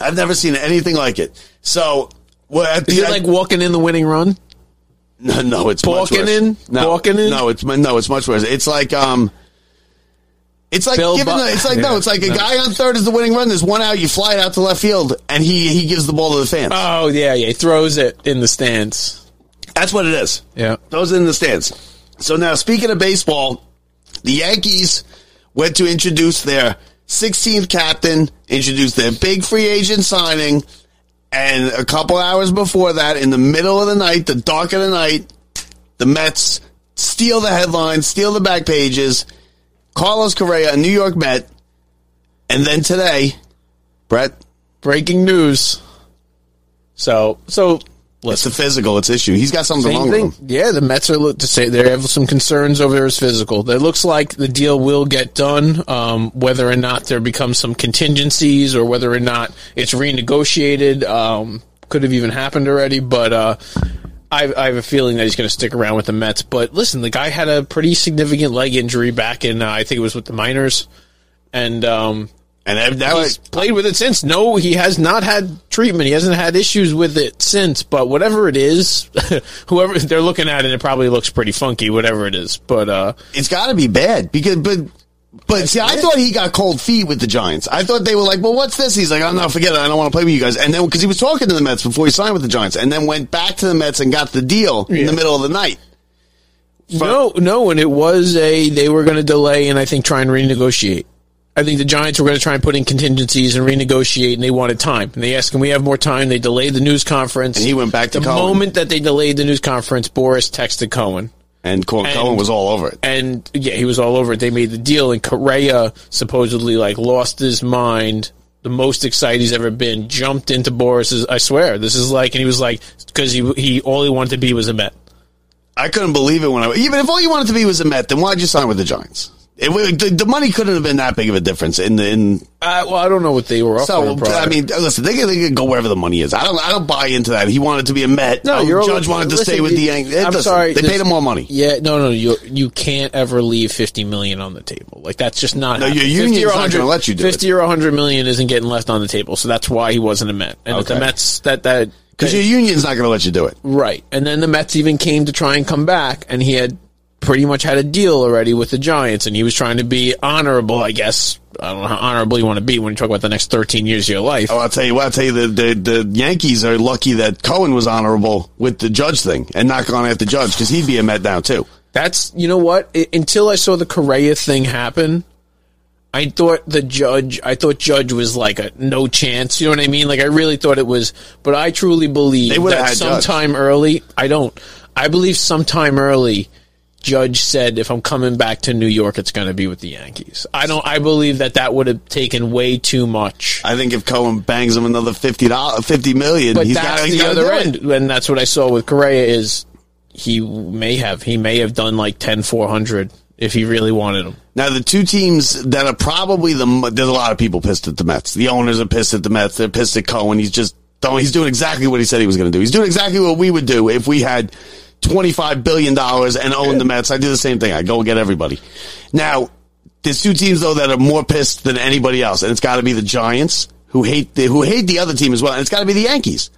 S5: I've never seen anything like it. So, well, at
S6: Is
S5: the,
S6: it like walking in the winning run?
S5: no, no, it's
S6: Balking
S5: much worse.
S6: in?
S5: no,
S6: Balking in?
S5: No, it's no, it's much worse. It's like um. It's like
S6: Bill
S5: giving
S6: Bu-
S5: the, it's like no,
S6: Yeah,
S5: it's like a
S6: no.
S5: guy on third is the winning run. There's one out, you fly it out to left field, and he he gives the ball to the fans.
S6: Oh yeah, yeah. He throws it in the stands.
S5: That's what it is.
S6: Yeah.
S5: Those in the stands. So now, speaking of baseball, the Yankees went to introduce their 16th captain, introduced their big free agent signing, and a couple hours before that, in the middle of the night, the dark of the night, the Mets steal the headlines, steal the back pages. Carlos Correa, a New York Met, and then today, Brett,
S6: Breaking news. So so
S5: it's a physical, it's issue. He's got something wrong
S6: same
S5: with
S6: thing.
S5: him.
S6: Yeah, the Mets are look to say they have some concerns over his physical. It looks like the deal will get done, um, whether or not there becomes some contingencies or whether or not it's renegotiated. Um, could have even happened already, but uh, I, I have a feeling that he's going to stick around with the Mets. But listen, the guy had a pretty significant leg injury back in uh, I think it was with the Miners, and um,
S5: And now
S6: he's played with it since. No, he has not had treatment. He hasn't had issues with it since. But whatever it is, whoever they're looking at it, it probably looks pretty funky. Whatever it is, but uh,
S5: it's got to be bad because but but see, I thought he got cold feet with the Giants. I thought they were like, "Well, what's this?" He's like, "Oh no, forget it. I don't want to play with you guys." And then because he was talking to the Mets before he signed with the Giants, and then went back to the Mets and got the deal in the middle of the night.
S6: no, no, and it was a they were going to delay and I think try and renegotiate. I think the Giants were going to try and put in contingencies and renegotiate, and they wanted time. And they asked, "Can we have more time?" They delayed the news conference,
S5: And he went back to
S6: the
S5: Cohen.
S6: moment that they delayed the news conference. Boris texted Cohen.
S5: And Col-
S6: And-
S5: Cohen was all over it.
S6: and yeah, he was all over it. They made the deal, and Correa supposedly like lost his mind the most excited he's ever been. Jumped into Boris's. I swear, this is like, and he was like, because he he all he wanted to be was a Met.
S5: I couldn't believe it when I even if all you wanted to be was a Met, then why'd you sign with the Giants? It, wa- the, the money couldn't have been that big of a difference in the in.
S6: Uh, well, I don't know what they were.
S5: So
S6: offering prior.
S5: I mean, listen, they can, they can go wherever the money is. I don't I don't buy into that. He wanted to be a Met.
S6: No,
S5: Oh,
S6: you're
S5: Judge wanted to
S6: listen,
S5: stay with
S6: you-
S5: the Yankees. It
S6: I'm
S5: doesn't-
S6: sorry,
S5: they
S6: this-
S5: paid him more money.
S6: Yeah, no, no, you you can't ever leave fifty million on the table. Like that's just not.
S5: No, your
S6: happening.
S5: union's
S6: 50 or
S5: not gonna
S6: 100
S5: let you do it.
S6: Fifty or hundred million isn't getting left on the table, so that's why he wasn't a Met. And if the
S5: Okay.
S6: Mets that that
S5: Because your union's not going to let you do it.
S6: right, and then the Mets even came to try and come back, and he had pretty much had a deal already with the Giants, and he was trying to be honorable, I guess. I don't know how honorable you want to be when you talk about the next thirteen years of your life.
S5: Oh, I'll tell you what. I'll tell you the, the, the Yankees are lucky that Cohen was honorable with the judge thing and not gone after judge because he'd be a Met now too.
S6: That's you know what? I- until I saw the Correa thing happen, I thought the judge. I thought judge was like a no chance. You know what I mean? Like I really thought it was. But I truly believe
S5: They would've
S6: that
S5: had Judge.
S6: sometime early. I don't. I believe sometime early. Judge said, "If I'm coming back to New York, it's going to be with the Yankees." I don't. I believe that that would have taken way too much.
S5: I think if Cohen bangs him another fifty dollars, fifty million,
S6: But
S5: he's
S6: that's
S5: got
S6: the other end, and that's what I saw with Correa is he may have he may have done like 10, 400 if he really wanted him.
S5: Now the two teams that are probably the mo- there's a lot of people pissed at the Mets. The owners are pissed at the Mets. They're pissed at Cohen. He's just don't, he's doing exactly what he said he was going to do. He's doing exactly what we would do if we had twenty five billion dollars and owned the Mets. I do the same thing. I go get everybody. Now there's two teams though that are more pissed than anybody else, and it's got to be the Giants who hate the who hate the other team as well, and it's got to be the Yankees.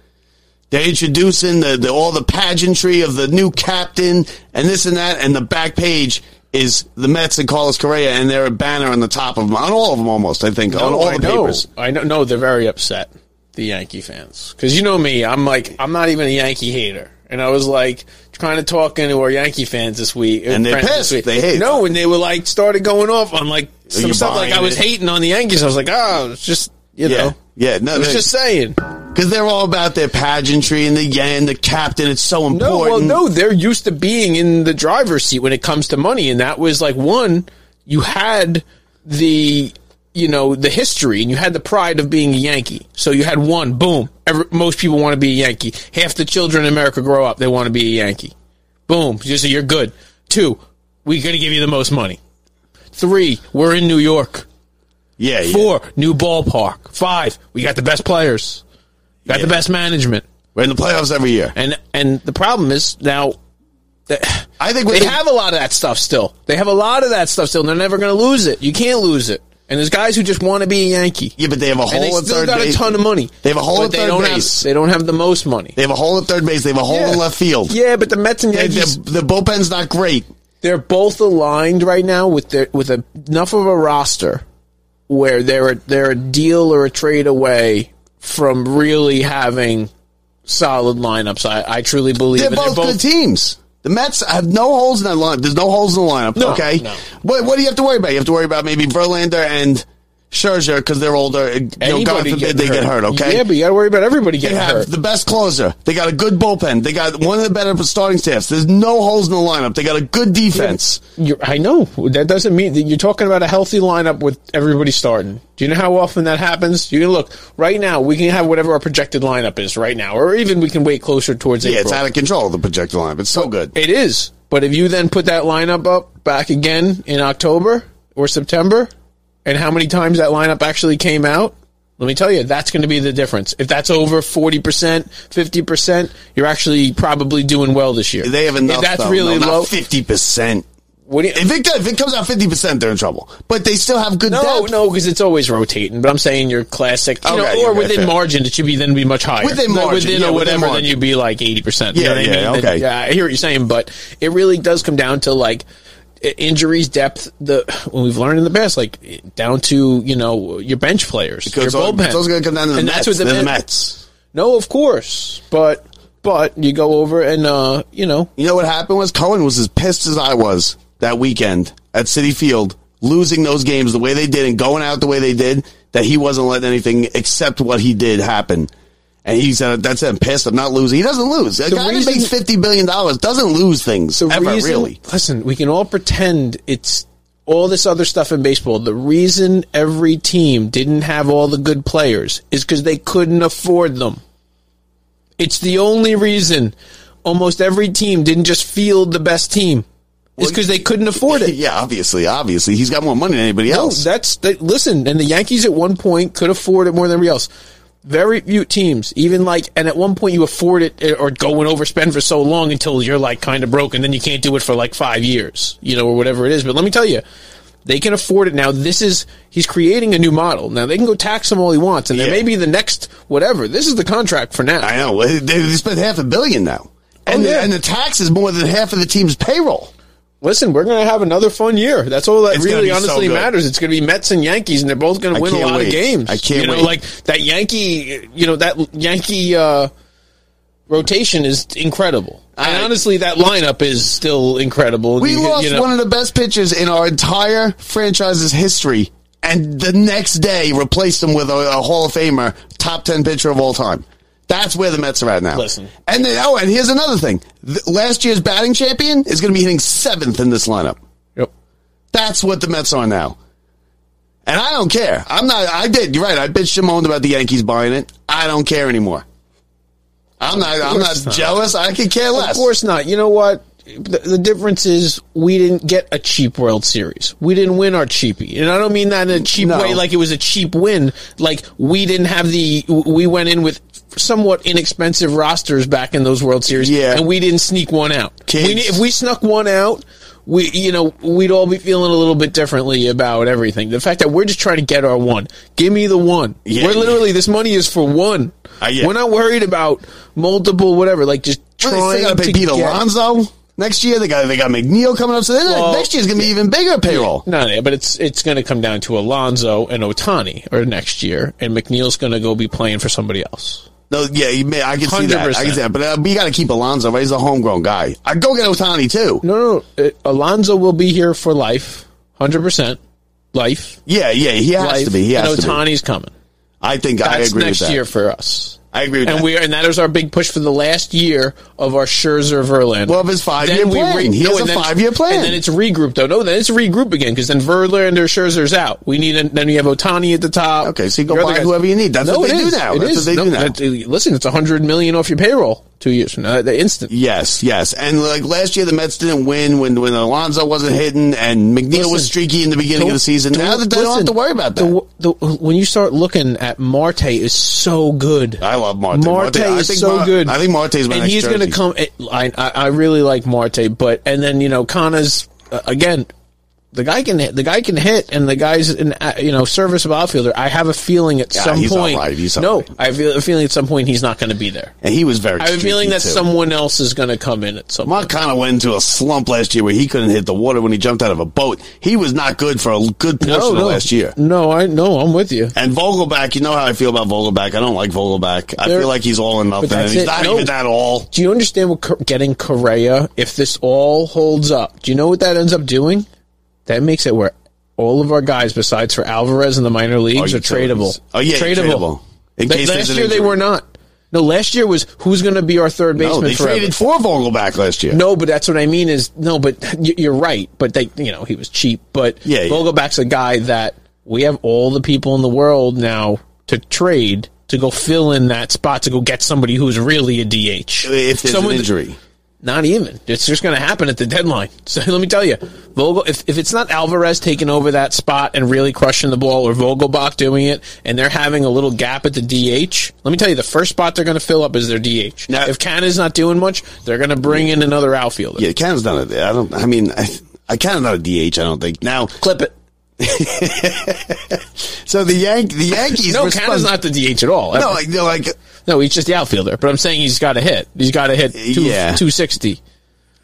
S5: They're introducing the, the all the pageantry of the new captain and this and that, and the back page is the Mets and Carlos Correa, and they're a banner on the top of them, on all of them almost. I think on
S6: No,
S5: all
S6: I
S5: the
S6: know.
S5: papers.
S6: I know. No, they're very upset. The Yankee fans, because you know me, I'm like I'm not even a Yankee hater, and I was like trying to talk into our Yankee fans this week, uh,
S5: And they're
S6: friends this
S5: pissed.
S6: week.
S5: They hate.
S6: No, and they were like started going off on like some
S5: you
S6: stuff like
S5: buying
S6: I was
S5: it?
S6: hating on the Yankees. I was like, oh, it's just you
S5: Yeah,
S6: know,
S5: yeah, no,
S6: I was
S5: they-
S6: just saying.
S5: Because they're all about their pageantry and the yeah, and the captain. It's so important.
S6: No, well, no, they're used to being in the driver's seat when it comes to money, and that was like one. You had the you know the history, and you had the pride of being a Yankee. So you had one, boom. Every, most people want to be a Yankee. Half the children in America grow up; they want to be a Yankee. Boom, just you're good. Two, we're gonna give you the most money. Three, we're in New York.
S5: Yeah, yeah.
S6: Four, new ballpark. Five, we got the best players. Got the
S5: Yeah.
S6: best management.
S5: We're in the playoffs every year.
S6: And and the problem is now that
S5: I think
S6: they
S5: when
S6: have a lot of that stuff still. They have a lot of that stuff still, and they're never going to lose it. You can't lose it. And there's guys who just want to be a Yankee.
S5: Yeah, but they have a hole
S6: and they
S5: at
S6: still
S5: third
S6: got
S5: base.
S6: a ton of money.
S5: They have a hole
S6: But
S5: at
S6: they
S5: third
S6: don't
S5: base.
S6: Have, they don't have the most money.
S5: They have a hole at third base. They have a hole in left field.
S6: Yeah, but the Mets and
S5: They-
S6: Yankees,
S5: the, the bullpen's not great.
S6: they're both aligned right now with their with a, enough of a roster where they're a, they're a deal or a trade away from really having solid lineups. I, I truly believe
S5: They're
S6: and
S5: both, good teams. The Mets have no holes in that lineup. There's no holes in the lineup.
S6: No,
S5: okay.
S6: no.
S5: What, what do you have to worry about? You have to worry about maybe Verlander and Scherzer because they're older. And, you know, God
S6: Anybody
S5: forbid
S6: getting
S5: they get hurt. Okay.
S6: Yeah, but you got to worry about everybody
S5: they
S6: getting
S5: have
S6: hurt.
S5: the best closer. They got a good bullpen. They got one of the better starting staffs. There's no holes in the lineup. They got a good defense.
S6: You're, I know that doesn't mean that you're talking about a healthy lineup with everybody starting. Do you know how often that happens? You can look right now. We can have whatever our projected lineup is right now, or even we can wait closer towards
S5: Yeah, it's
S6: April.
S5: out of control. The projected lineup. It's so good.
S6: it is, but if you then put that lineup up back again in October or September, and how many times that lineup actually came out, let me tell you, that's going to be the difference. If that's over forty percent, fifty percent, you're actually probably doing well this year.
S5: They have enough.
S6: If that's
S5: though.
S6: really
S5: No, not
S6: low.
S5: Fifty percent.
S6: What do you,
S5: If it if it comes out fifty percent, they're in trouble. But they still have good.
S6: No,
S5: depth.
S6: no, because it's always rotating. But I'm saying your classic, you know,
S5: Okay,
S6: or
S5: okay,
S6: within
S5: fair.
S6: margin, it should be then be much higher.
S5: Within
S6: Like,
S5: margin,
S6: within
S5: yeah, within
S6: or whatever, then
S5: margin.
S6: you'd be like eighty percent.
S5: Yeah,
S6: you know what
S5: yeah,
S6: I mean?
S5: okay.
S6: yeah, I hear what you're saying, but it really does come down to like i- injuries, depth. The when we've learned in the past, like down to you know your bench players,
S5: Because
S6: your
S5: all-
S6: bullpen.
S5: it's also going to come down to the
S6: and
S5: Mets.
S6: that's what the,
S5: They're
S6: Met-
S5: the Mets.
S6: No, of course, but but you go over and uh, you know
S5: You know what happened was Cohen was as pissed as I was that weekend at City Field, losing those games the way they did and going out the way they did, that he wasn't letting anything except what he did happen. And he said, "That's it. I'm pissed. I'm not losing. He doesn't lose. A
S6: The
S5: guy that
S6: reason-
S5: makes fifty billion dollars doesn't lose things
S6: the
S5: ever.
S6: reason-
S5: Really,
S6: Listen, we can all pretend it's all this other stuff in baseball. The reason every team didn't have all the good players is because they couldn't afford them. It's the only reason almost every team didn't just field the best team. It's because they couldn't afford it.
S5: yeah, obviously, obviously, he's got more money than anybody
S6: No,
S5: else.
S6: that's that, listen. And the Yankees at one point could afford it more than everybody else. Very few teams, even like, and at one point you afford it eh, or go and overspend for so long until you're like kind of broke, and then you can't do it for like five years, you know, or whatever it is. But let me tell you, they can afford it now. This is he's creating a new model. Now they can go tax him all he wants, and there
S5: Yeah.
S6: may be the next whatever. This is the contract for now.
S5: I know they, they spent half a billion now, and
S6: Oh, yeah.
S5: the, and the tax is more than half of the team's payroll.
S6: Listen, we're going to have another fun year. That's all
S5: It's
S6: that
S5: gonna
S6: really
S5: be so
S6: honestly
S5: good.
S6: matters. It's going to be Mets and Yankees, and they're both going
S5: I
S6: to win a
S5: can't
S6: lot
S5: wait.
S6: of games.
S5: I can't
S6: you know,
S5: wait.
S6: Like that Yankee, you know that Yankee uh, rotation is incredible. and
S5: I-
S6: honestly, that lineup is still incredible.
S5: We
S6: You- you
S5: lost
S6: know-
S5: one of the best pitchers in our entire franchise's history, and the next day replaced him with a, a Hall of Famer, top ten pitcher of all time. That's where the Mets are at now.
S6: Listen.
S5: and then, oh, and here's another thing: Th- last year's batting champion is going to be hitting seventh in this lineup.
S6: Yep.
S5: That's what the Mets are now. And I don't care. I'm not. I did. You're right. I bitched and moaned about the Yankees buying it. I don't care anymore. I'm not. I'm not,
S6: course not.
S5: jealous. I could care less.
S6: Of course not. You know what? The, the difference is we didn't get a cheap World Series. We didn't win our cheapie, and I don't mean that in a cheap
S5: No.
S6: way. Like it was a cheap win. Like we didn't have the. We went in with somewhat inexpensive rosters back in those World Series,
S5: Yeah.
S6: and we didn't sneak one out.
S5: Kids.
S6: We, if we snuck one out. We, you know, we'd all be feeling a little bit differently about everything. The fact that we're just trying to get our one. Give me the one.
S5: Yeah,
S6: we're
S5: yeah.
S6: literally this money is for one.
S5: Uh, yeah.
S6: We're not worried about multiple whatever. Like just
S5: What, they still
S6: trying
S5: got to
S6: to
S5: pay Pete
S6: get-
S5: Alonso next year. They got they got McNeil coming up. So then
S6: Well,
S5: next year's going to be even bigger payroll.
S6: No, no, but it's it's going to come down to Alonzo and Otani or next year, and McNeil's going to go be playing for somebody else.
S5: No, yeah, you may, I can see that. I can
S6: 100%.
S5: see that. But uh, we got to keep Alonso. Right? He's a homegrown guy. I go get Otani too.
S6: No, no, no uh, Alonzo will be here for life, hundred percent, life,
S5: Yeah, yeah, he has
S6: life.
S5: to be. He has
S6: and
S5: to be.
S6: Otani's coming.
S5: I think I
S6: That's
S5: agree
S6: next
S5: with that.
S6: year for us.
S5: I agree with
S6: and
S5: that.
S6: we are, and that is our big push for the last year of our Scherzer Verlander.
S5: Well, of his five-year
S6: Then we
S5: plan. He has
S6: and
S5: a
S6: then-
S5: five-year plan.
S6: and then it's regroup though. No, then it's regroup again because then Verlander Scherzer's out. We need a, then we have Otani at the top.
S5: Okay, so you go
S6: Your other
S5: buy
S6: guys-
S5: whoever you need. That's what
S6: it
S5: they do
S6: is.
S5: now.
S6: It
S5: That's what
S6: is.
S5: they do
S6: No,
S5: now.
S6: that- listen, it's a hundred million off your payroll two years from now. The instant.
S5: Yes, yes, and like last year, the Mets didn't win when when Alonso wasn't hitting and McNeil was
S6: Listen,
S5: streaky in the beginning of the
S6: Don't-
S5: season. Now that they don't have
S6: listen,
S5: to worry about that.
S6: the- the- when you start looking at Marte, is so good.
S5: I love Marte.
S6: Marte,
S5: Marte- I
S6: is
S5: think
S6: so
S5: Mar-
S6: good.
S5: I think Marte's my
S6: and
S5: next
S6: he's going
S5: jersey.
S6: to come. I, I I really like Marte, but and then you know Kana's uh, again. The guy can hit. The guy can hit, and the guy's an uh, you know serviceable outfielder. I have a feeling at
S5: Yeah,
S6: some
S5: he's all
S6: point.
S5: right. He's all
S6: no,
S5: right.
S6: I have a feeling at some point he's not going to be there.
S5: and he was very.
S6: I have a
S5: streaky,
S6: feeling that
S5: too.
S6: someone else is going to come in at some.
S5: Mark kind of went into a slump last year where he couldn't hit the water when he jumped out of a boat. He was not good for a good portion of last year.
S6: No, I no, I'm with you.
S5: And Vogelback, you know how I feel about Vogelback. I don't like Vogelback. I
S6: There-
S5: feel like he's all or nothing. And
S6: that's
S5: he's
S6: it.
S5: not
S6: No.
S5: even at all.
S6: Do you understand what Cor- getting Correa, if this all holds up, do you know what that ends up doing? That makes it where all of our guys, besides for Alvarez in the
S5: Oh,
S6: minor leagues, are
S5: utilities.
S6: tradable.
S5: Oh, yeah, tradable. In
S6: Tha-
S5: case there's
S6: last
S5: an
S6: year they
S5: injury.
S6: were not. No, last year was who's going to be our third
S5: No,
S6: baseman
S5: they
S6: forever.
S5: traded for Vogelback last year.
S6: No, but that's what I mean is no, but y- you're right. But they, you know, he was cheap. But
S5: Yeah, yeah.
S6: Vogelback's a guy that we have all the people in the world now to trade to go fill in that spot to go get somebody who's really a DH.
S5: If there's
S6: Someone
S5: an
S6: that-
S5: injury.
S6: not even. It's just going to happen at the deadline. So let me tell you, Vogel. If, if it's not Alvarez taking over that spot and really crushing the ball, or Vogelbach doing it, and they're having a little gap at the DH, let me tell you, the first spot they're going to fill up is their DH.
S5: Now-
S6: if Canna's not doing much, they're going to bring in another outfielder.
S5: Yeah, Canada's not a, I don't, I mean, I, I Canada's not a DH, I don't think. Now,
S6: Clip it.
S5: so the Yank, the Yankees.
S6: No,
S5: were
S6: Canna's
S5: spun-
S6: not the DH at all.
S5: No,
S6: No,
S5: like, no, like,
S6: no, he's just the outfielder. But I'm saying he's got to hit. He's got to hit two,
S5: Yeah.
S6: 260.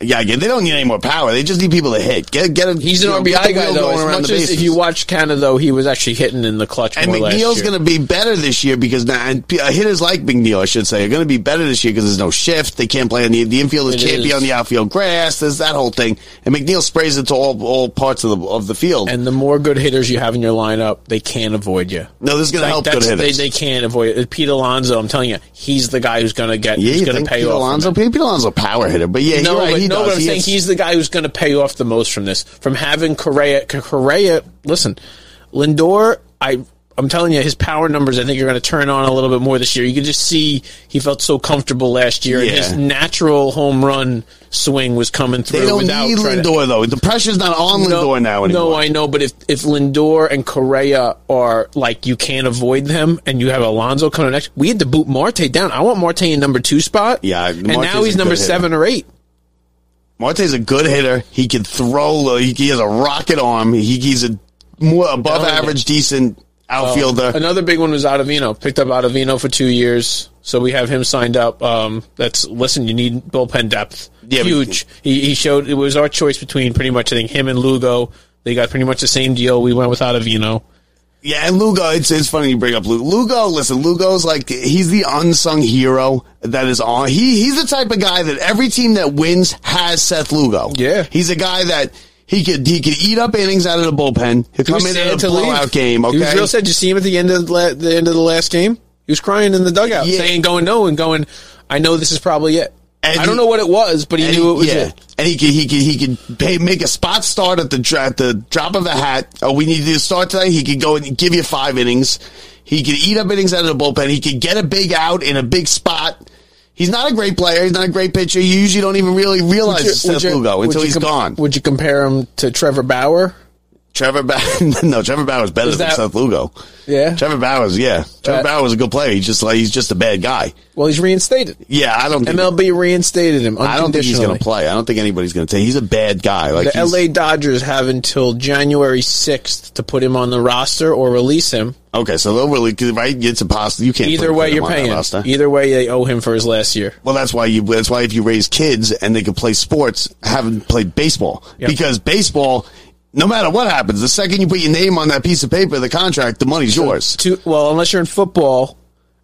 S5: yeah, I get- they don't need any more power. They just need people to hit. Get, get a,
S6: He's
S5: you
S6: an
S5: know, get the
S6: RBI guy
S5: wheel
S6: though.
S5: going
S6: As
S5: around
S6: much
S5: the
S6: as if
S5: bases.
S6: you watch Canna though, he was actually hitting in the clutch.
S5: And
S6: more last
S5: McNeil's
S6: year.
S5: going to be better this year because now, and p- uh, hitters like McNeil, I should say, are going to be better this year because there's no shift. They can't play on the the infielders
S6: It
S5: can't be
S6: is.
S5: on the outfield grass. There's that whole thing, and McNeil sprays it to all all parts of the of the field.
S6: and the more good hitters you have in your lineup, they can't avoid you.
S5: no, this is going to
S6: Like,
S5: help good
S6: that's-
S5: hitters.
S6: They, they can't avoid it. Pete Alonso, I'm telling you, he's the guy who's going to get.
S5: yeah,
S6: who's
S5: you
S6: going
S5: think
S6: to pay
S5: Pete
S6: off.
S5: Alonso? Pete Alonso, a power hitter, but yeah,
S6: No,
S5: you're right,
S6: but
S5: he
S6: no,
S5: does.
S6: but I'm
S5: He
S6: saying
S5: hits-
S6: he's the guy who's going to pay off the most from this, from having Correa. C- Correa, listen, Lindor, I. I'm telling you, his power numbers. I think are going to turn on a little bit more this year. You could just see he felt so comfortable last year, and
S5: Yeah.
S6: his natural home run swing was coming through.
S5: They don't
S6: without
S5: need
S6: trying to-
S5: Lindor though. The pressure's not on Lindor now anymore.
S6: No, I know, but if if Lindor and Correa are like you can't avoid them, and you have Alonso coming next, we had to boot Marte down. I want Marte in number two spot.
S5: Yeah,
S6: and
S5: Marte's
S6: now
S5: a
S6: he's
S5: good
S6: number
S5: hitter.
S6: seven or eight.
S5: Marte's a good hitter. He can throw. low. He, he has a rocket arm. He, he's a more above
S6: Talented.
S5: average, decent outfielder.
S6: Another big one was Ottavino. Picked up Ottavino for two years, so we have him signed up. Um, that's listen, you need bullpen depth.
S5: Yeah, but-
S6: huge. He, he showed it was our choice between pretty much I think him and Lugo. They got pretty much the same deal. We went with Ottavino.
S5: Yeah, and Lugo, it's, it's funny you bring up Lugo. Lugo, listen, Lugo's like, he's the unsung hero that is on. He, he's the type of guy that every team that wins has Seth Lugo.
S6: Yeah.
S5: He's a guy that he could, he could eat up innings out of the bullpen. He'll come in in a blowout game, okay?
S6: He was real sad. Did you see him at the end of the, la- the end of the last game? He was crying in the dugout,
S5: Yeah.
S6: saying, "Going no," and going, "I know this is probably it."
S5: And
S6: I don't
S5: he-
S6: know what it was, but he
S5: and
S6: knew it was
S5: yeah.
S6: it.
S5: And he could, he could, he could pay, make a spot start at the, dra- at the drop of a hat. Oh, we need to do a start today. He could go and give you five innings. He could eat up innings out of the bullpen. He could get a big out in a big spot. He's not a great player. He's not a great pitcher. You usually don't even really realize it's Seth Lugo
S6: would
S5: until
S6: you
S5: he's
S6: com-
S5: gone.
S6: Would you compare him to Trevor Bauer?
S5: Trevor Bauer, no, Trevor Bauer's better
S6: Is
S5: than
S6: that-
S5: Seth Lugo.
S6: Yeah. Uh,
S5: Trevor Bauer's, yeah. Trevor
S6: That-
S5: Bauer was a good player. He's just like, he's just a bad guy.
S6: Well, he's reinstated.
S5: Yeah, I don't think,
S6: MLB reinstated him.
S5: I don't think he's going to play. I don't think anybody's going to take, he's a bad guy. Like
S6: The
S5: he's-
S6: LA Dodgers have until January 6th to put him on the roster or release him.
S5: Okay, so they'll really right. It's impossible. You can't.
S6: Either
S5: put-
S6: way,
S5: put them
S6: you're
S5: on that
S6: paying.
S5: roster.
S6: Either way, they owe him for his last year.
S5: Well, that's why you. That's why if you raise kids and they can play sports, have them play baseball
S6: Yep.
S5: because baseball, no matter what happens, the second you put your name on that piece of paper, the contract, the money's yours.
S6: to well, unless you're in football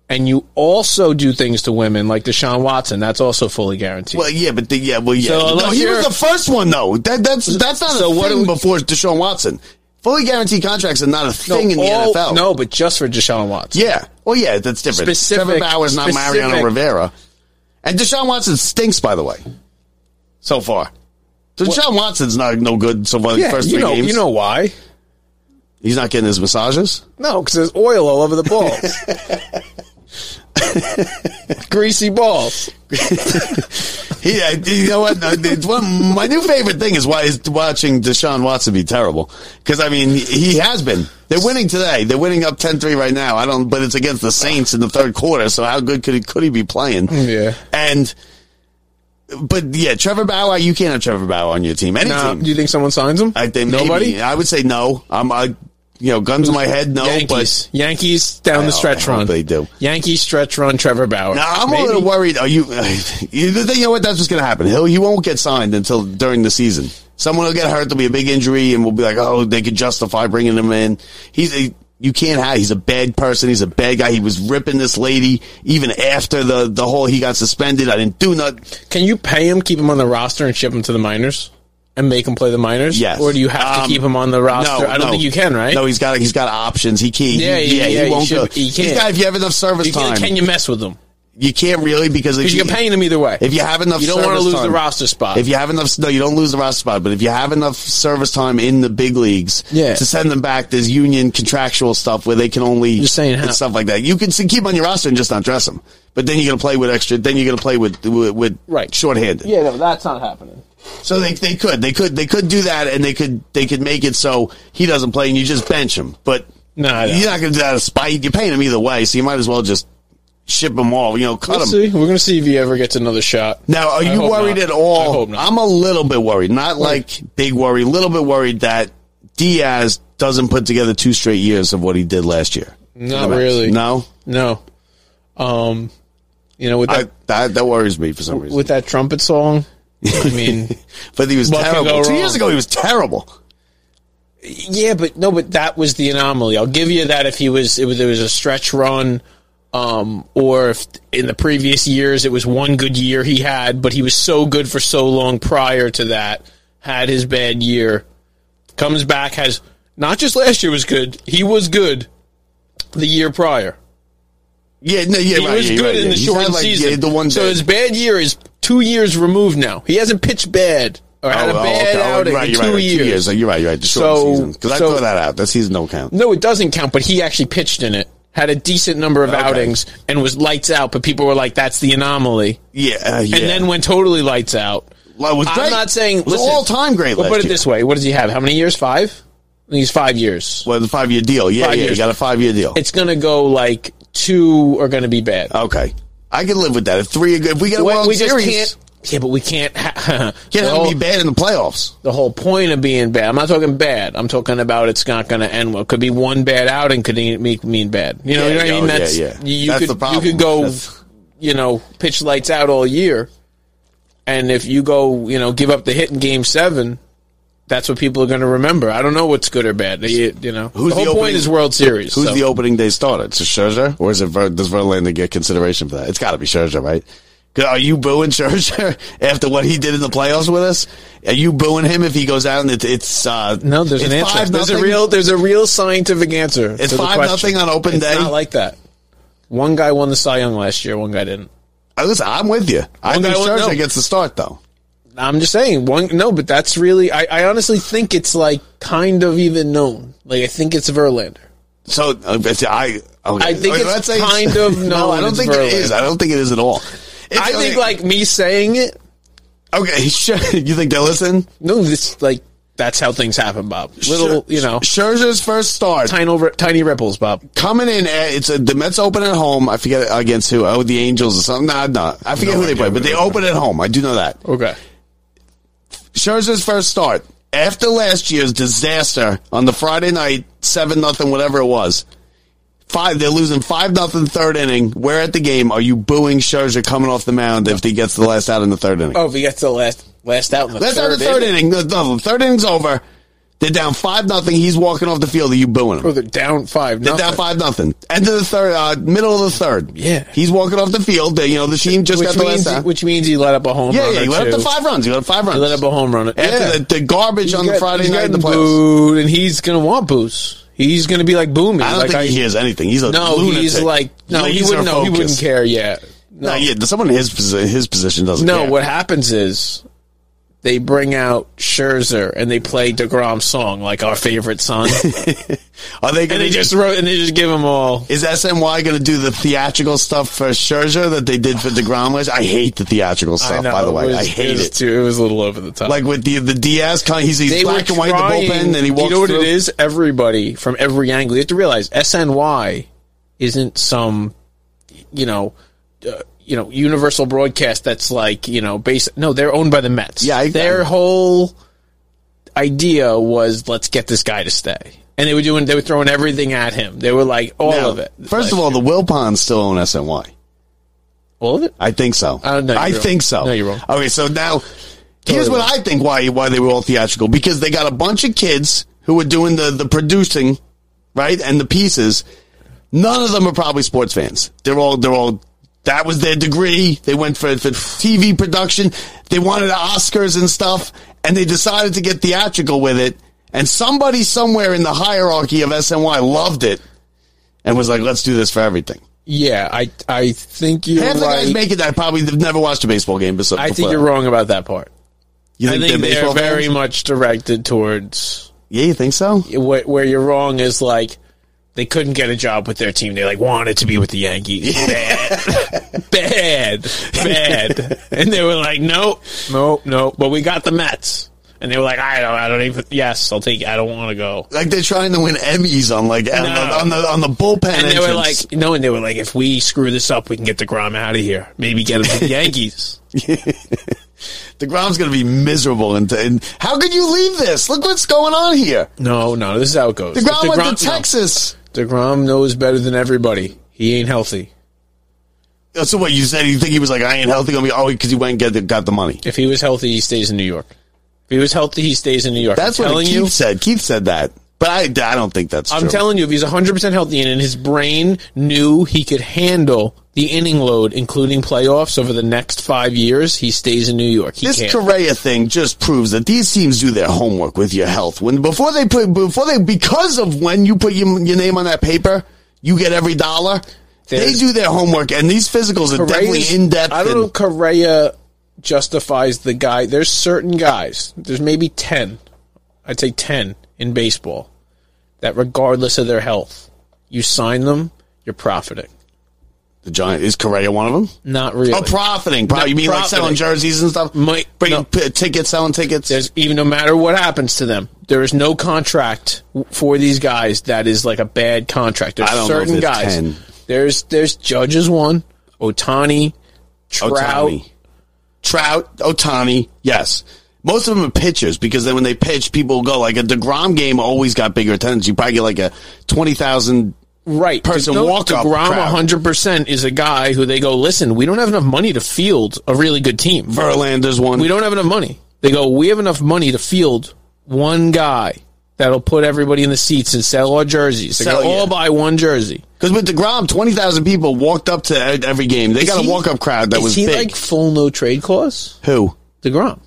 S6: and you also do things to women like Deshaun Watson, that's also fully guaranteed.
S5: Well, yeah, but the, yeah, well, yeah.
S6: So
S5: no,
S6: unless
S5: he was
S6: you're-
S5: the first one though. That, that's that's not
S6: So
S5: a
S6: what
S5: thing
S6: do we-
S5: before Deshaun Watson. Fully guaranteed contracts are not a thing in the
S6: all-
S5: NFL.
S6: No, but just for Deshaun Watson.
S5: Yeah. Well, yeah, that's different.
S6: Specific-
S5: Trevor Bauer's not
S6: specific-
S5: Mariano Rivera. And Deshaun Watson stinks, by the way, so far. Deshaun Watson's not no good so far in the first
S6: you
S5: three
S6: know,
S5: games.
S6: you know why?
S5: He's not getting his massages.
S6: No, because there's oil all over the balls, greasy balls.
S5: He, I- you know what? No, it's one- my new favorite thing is why is watching Deshaun Watson be terrible. Because I mean, he, he has been. They're winning today. They're winning up 10-3 right now. I don't, but it's against the Saints in the third quarter. So how good could he could he be playing?
S6: Yeah.
S5: And, but yeah, Trevor Bauer. You can't have Trevor Bauer on your team. Any
S6: Now,
S5: team.
S6: do you think someone signs him?
S5: I think maybe.
S6: nobody.
S5: I would say no. I'm, I, you know, guns in my head, no.
S6: Yankees, Yankees down
S5: I
S6: the
S5: hope- I
S6: stretch
S5: hope
S6: run.
S5: they do.
S6: Yankees stretch run. Trevor Bauer.
S5: But now I'm a
S6: Maybe.
S5: little worried. Are you? You you know what? That's what's going to happen. He'll he won't get signed until during the season. Someone will get hurt. There'll be a big injury, and we'll be like, oh, they could justify bringing him in. He's a, you can't have. He's a bad person. He's a bad guy. He was ripping this lady even after the the whole he got suspended. I didn't do nothing.
S6: Can you pay him, keep him on the roster, and ship him to the minors, and make him play the minors?
S5: Yes.
S6: Or do you have to
S5: Um,
S6: keep him on the roster? I don't
S5: no.
S6: think you can, right?
S5: No, he's got he's got options. He can't. Yeah,
S6: Yeah, yeah,
S5: yeah,
S6: yeah,
S5: He
S6: you
S5: won't
S6: should-
S5: go.
S6: he
S5: He's
S6: can't.
S5: got if you have enough service
S6: You
S5: time.
S6: can, can you mess with him?
S5: You can't really because if
S6: Because you can pay him either way.
S5: If you have enough,
S6: You don't wanna
S5: service
S6: lose
S5: time-
S6: the roster spot.
S5: If you have enough, no, you don't lose the roster spot. But if you have enough service time in the big leagues,
S6: Yeah.
S5: to send them back, there's union contractual stuff where they can only
S6: Just saying
S5: and
S6: how-
S5: stuff like that. You can see, keep on your roster and just not dress them. But then you're gonna play with extra. Then you're gonna play with with, with
S6: Right.
S5: shorthanded.
S6: yeah, no, that's not happening.
S5: So they they could they could they could do that, and they could they could make it so he doesn't play, and you just bench him. But
S6: No, I don't.
S5: you're not going to do that out of spite. You're paying him either way, so you might as well just ship him all. You know, cut
S6: We'll
S5: him.
S6: see. We're going to see if he ever gets another shot.
S5: Now, are
S6: I
S5: you
S6: hope
S5: worried
S6: not.
S5: at all?
S6: I hope not.
S5: I'm a little bit worried, not like big worry, little bit worried that Diaz doesn't put together two straight years of what he did last year.
S6: Not really.
S5: No,
S6: No. Um, you know, with
S5: I,
S6: that,
S5: that that worries me for some reason.
S6: with that trumpet song, I mean,
S5: but he was
S6: what could
S5: terrible
S6: go
S5: two
S6: wrong?
S5: years ago. He was terrible.
S6: yeah, but no, but that was the anomaly. I'll give you that if he was, it was, there was a stretch run, um, or if in the previous years it was one good year he had, but he was so good for so long prior to that, had his bad year, comes back, has not just last year was good, he was good the year prior.
S5: Yeah, no, yeah,
S6: he
S5: right,
S6: was
S5: yeah,
S6: good
S5: right,
S6: in
S5: yeah.
S6: the
S5: He's
S6: short
S5: had, like,
S6: season.
S5: yeah, the one
S6: so
S5: day-
S6: his bad year is two years removed now. He hasn't pitched bad or
S5: Oh,
S6: had a bad outing
S5: right,
S6: in
S5: you're
S6: two
S5: right, right.
S6: years.
S5: Two years. Oh, You're right. You're right. The short
S6: So-
S5: season. Because I
S6: so-
S5: throw that out. That season don't count.
S6: No, it doesn't count, but he actually pitched in it. Had a decent number of outings and was lights out, but people were like, "That's the anomaly."
S5: Yeah. uh, yeah.
S6: And then went totally lights out.
S5: Well, it was
S6: I'm
S5: great.
S6: not saying
S5: It was
S6: listen,
S5: all-time great
S6: But
S5: last
S6: put it
S5: year.
S6: this way: What does he have? How many years? Five. I think he's five years.
S5: Well, the five year deal. Yeah,
S6: Five
S5: yeah. You
S6: years.
S5: got a five year deal.
S6: It's gonna go like two are gonna be bad.
S5: Okay. I can live with that. If three are good, if we get a
S6: Well,
S5: Uh, World
S6: we just
S5: Series,
S6: can't. Yeah, but we can't. Ha-
S5: can't
S6: the,
S5: have
S6: whole,
S5: them be bad in the playoffs.
S6: the whole point of being bad. I'm not talking bad. I'm talking about it's not going to end well. Could be one bad outing could e- make mean bad. You
S5: Yeah,
S6: know, you know what I
S5: yeah,
S6: mean?
S5: yeah,
S6: That's
S5: yeah.
S6: you
S5: That's
S6: could
S5: the problem.
S6: you could go,
S5: That's-
S6: you know, pitch lights out all year, and if you go, you know, give up the hit in Game Seven. That's what people are going to remember. I don't know what's good or bad. You, you know,
S5: Who's
S6: the whole
S5: the
S6: point
S5: opening-
S6: is World Series.
S5: Who's
S6: so-
S5: the opening day starter? It's Scherzer, or is it Ver, does Verlander get consideration for that? It's got to be Scherzer, right? 'Cause Are you booing Scherzer after what he did in the playoffs with us? Are you booing him if he goes out and it, it's uh,
S6: no? There's an
S5: it's
S6: answer.
S5: five
S6: There's a
S5: nothing?
S6: real. There's a real scientific answer.
S5: It's
S6: to the
S5: five
S6: question.
S5: nothing on open
S6: It's
S5: day?
S6: Not like that. One guy won the Cy Young last year. One guy didn't.
S5: Uh, Listen, I'm with you. I
S6: One
S5: think
S6: guy won't
S5: Scherzer
S6: know.
S5: gets the start though.
S6: I'm just saying one. No, but that's really. I, I honestly think it's like kind of even known. Like I think it's Verlander.
S5: So uh, it's- I, okay.
S6: I think
S5: Okay,
S6: it's
S5: let's say it's-
S6: kind of
S5: no.
S6: known
S5: I don't
S6: it's
S5: think it is.
S6: Verlander.
S5: I don't think it is at all. It's-
S6: I think
S5: okay,
S6: like me saying it.
S5: okay, sure. You think they listen?
S6: No, this like that's how things happen, Bob. Little,
S5: Scher-
S6: you know,
S5: Scherzer's first start.
S6: tiny over tiny ripples, Bob.
S5: coming in. uh, It's a, the Mets open at home. I forget against who. Oh, the Angels or something. Nah, nah. I forget who they play, but they open at home. I do know that.
S6: Okay.
S5: Scherzer's first start after last year's disaster on the Friday night, seven nothing, whatever it was. Five, they're losing five nothing third inning. Where at the game are you booing Scherzer coming off the mound if he gets the last out in the third inning?
S6: Oh, if he gets the last last out in the
S5: That's
S6: third,
S5: out in the third
S6: inning.
S5: inning. No, no, the third inning's over. They're down five nothing. He's walking off the field. Are you booing him?
S6: Oh, they're down five.
S5: They're
S6: nothing.
S5: down five nothing. End of the third, uh, middle of the third.
S6: Yeah.
S5: he's walking off the field. They, you know, the team just
S6: which
S5: got the last
S6: means
S5: out.
S6: which means he let up a home
S5: yeah,
S6: run.
S5: yeah,
S6: or
S5: he let up
S6: two.
S5: the five runs. He let up five runs.
S6: He let up a home run.
S5: after
S6: yeah.
S5: the, the garbage on the
S6: got-
S5: Friday
S6: he's
S5: night in the
S6: getting
S5: playoffs.
S6: booed, and he's gonna want booze. He's gonna be like booming.
S5: I don't
S6: like
S5: think he hears anything. He's a
S6: No,
S5: lunatic.
S6: he's like no. He
S5: Laser
S6: wouldn't know. He wouldn't
S5: focused.
S6: care. Yeah.
S5: No, yeah, someone in his posi- his position doesn't.
S6: No,
S5: care.
S6: what happens is they bring out Scherzer and they play Degrom's song, like our favorite song,
S5: are they?
S6: and
S5: Gonna,
S6: they just wrote and they just give him all.
S5: is SNY going to do the theatrical stuff for Scherzer that they did for Degrom? last- I hate the theatrical stuff. Oh, by the way,
S6: was-
S5: I hate
S6: was
S5: it.
S6: Too, it was a little over the top.
S5: Like with the the Diaz, kind of- he's, he's black and white in the bullpen, and he walks
S6: You know what
S5: through.
S6: it is? Everybody from every angle. You have to realize SNY isn't some, you know, uh, you know, universal broadcast that's like you know, based. No, they're owned by the Mets.
S5: Yeah, I-
S6: their
S5: I-
S6: whole idea was let's get this guy to stay, and they were doing they were throwing everything at him. They were like all
S5: Now,
S6: of it.
S5: First
S6: Like,
S5: of all, the Wilpons still own SNY.
S6: all of it.
S5: I think so.
S6: Uh, no, you're
S5: I
S6: wrong.
S5: think so.
S6: No, you're wrong.
S5: Okay, so now here's what I think why why they were all theatrical because they got a bunch of kids who were doing the the producing, right, and the pieces. None of them are probably sports fans. They're all they're all that was their degree. They went for for TV production. They wanted Oscars and stuff, and they decided to get theatrical with it. And somebody somewhere in the hierarchy of SNY loved it and was like, "Let's do this for everything."
S6: Yeah, I I think you're
S5: Half the
S6: right.
S5: guys making that probably have never watched a baseball game bes- before.
S6: I think you're wrong about that part.
S5: You
S6: I
S5: think,
S6: think
S5: they're
S6: they're
S5: baseball
S6: very
S5: fans?
S6: much directed towards
S5: Yeah, you think so?
S6: where, where you're wrong is like they couldn't get a job with their team. They like wanted to be with the Yankees. Bad, bad, bad. And they were like, nope, nope, nope. But we got the Mets. And they were like, I don't, I don't even. Yes, I'll take. I don't want to go.
S5: Like they're trying to win Emmys on like on,
S6: No.
S5: the, on the on the bullpen.
S6: And they
S5: entrance.
S6: were like, no, and they were like, if we screw this up, we can get Degrom out of here. Maybe get him to the Yankees.
S5: Degrom's going to be miserable, and, and how could you leave this? Look what's going on here.
S6: No, no, this is how it goes. If
S5: Degrom, went to
S6: no.
S5: Texas.
S6: Degrom knows better than everybody. He ain't healthy.
S5: So what you said? You think he was like, I ain't healthy? Gonna be oh, because he went and get the, got the money.
S6: If he was healthy, he stays in New York. If he was healthy, he stays in New York.
S5: That's
S6: I'm
S5: what
S6: telling
S5: Keith
S6: you.
S5: said. Keith said that, but I, I don't think that's.
S6: I'm
S5: true.
S6: telling you, if he's 100% healthy and his brain knew he could handle the inning load, including playoffs over the next five years, he stays in New York. He
S5: This
S6: can't.
S5: Correa thing just proves that these teams do their homework with your health. When before they put before they because of when you put your, your name on that paper, you get every dollar.
S6: There's-
S5: they do their homework, and these physicals are
S6: Correa's-
S5: definitely in depth.
S6: I don't know if Correa justifies the guy. There's certain guys. There's maybe ten. I'd say ten in baseball that, regardless of their health, you sign them, you're profiting.
S5: The Giant is Correa one of them.
S6: Not really.
S5: Oh, profiting. Probably
S6: No,
S5: you mean like
S6: profiting.
S5: selling jerseys and stuff.
S6: Might-
S5: bringing
S6: no.
S5: p- tickets, selling tickets.
S6: There's even no matter what happens to them, there is no contract w- for these guys that is like a bad contract. There's
S5: I don't know if
S6: certain
S5: there's
S6: guys.
S5: 10.
S6: There's there's judges one, Otani, Trout.
S5: Otani. Trout, Otani, yes. Most of them are pitchers because then when they pitch, people go like a Degrom game always got bigger attendance. You probably get like a twenty thousand.
S6: Right,
S5: Person
S6: Deco-
S5: walk-up
S6: Degrom,
S5: crowd.
S6: 100 percent is a guy who they go. Listen, we don't have enough money to field a really good team.
S5: Verlander's one.
S6: We don't have enough money. They go. We have enough money to field one guy that'll put everybody in the seats and sell our jerseys. They
S5: Sell,
S6: go, all
S5: "Oh, yeah.
S6: buy one jersey.
S5: because with Degrom, twenty thousand people walked up to e- every game. They
S6: Is
S5: got
S6: he-
S5: a walk up crowd that
S6: is
S5: was
S6: he
S5: big.
S6: like full no trade clause?
S5: Who?
S6: Degrom.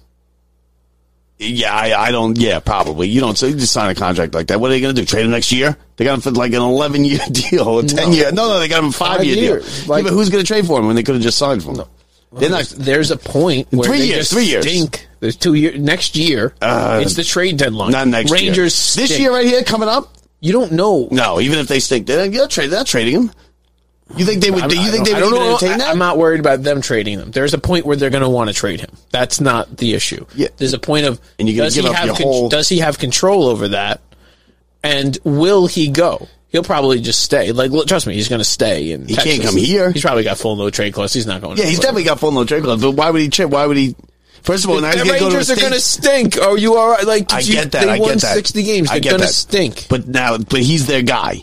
S5: Yeah, I, I don't. Yeah, probably. You don't. So you just sign a contract like that. What are they going to do? Trade him next year? They got him for like an eleven year deal, a ten year. No, no, they got him a five, year
S6: years.
S5: deal.
S6: Like-
S5: yeah, but who's going to trade for him when they could have just signed for him? They're not.
S6: There's a point where
S5: Three
S6: they
S5: years,
S6: just
S5: three years. Uh,
S6: Stink. There's two years. Next year, it's the trade deadline.
S5: Not next year.
S6: Rangers
S5: This
S6: stink.
S5: year right here coming up?
S6: You don't know.
S5: No, even if they stink, they're, not- you're not trading, they're not trading him. You think they would?
S6: I'm-
S5: Do you
S6: I
S5: think
S6: don't-
S5: they
S6: I
S5: would
S6: don't
S5: even
S6: know.
S5: entertain
S6: I-
S5: that?
S6: I'm not worried about them trading them. There's a point where they're going to want to trade him. That's not the issue.
S5: Yeah.
S6: There's a point of
S5: And you're gonna
S6: does
S5: give
S6: he
S5: up
S6: have
S5: your whole-
S6: does he have control over that, and will he go? He'll probably just stay. Like look, trust me, he's going to stay. And
S5: He can't come here.
S6: He's probably got full no trade clause. He's not going.
S5: yeah, he's
S6: anywhere.
S5: definitely got full no trade clause. But why would he trade? Why would he? First of all, now he's
S6: The
S5: going to go to a
S6: Rangers are
S5: state-
S6: going to stink. Are you all right? Like
S5: I
S6: you-
S5: get that.
S6: They
S5: I
S6: won
S5: get that.
S6: 60 games.
S5: I
S6: They're
S5: get
S6: going to
S5: that.
S6: stink.
S5: But now, but he's their guy.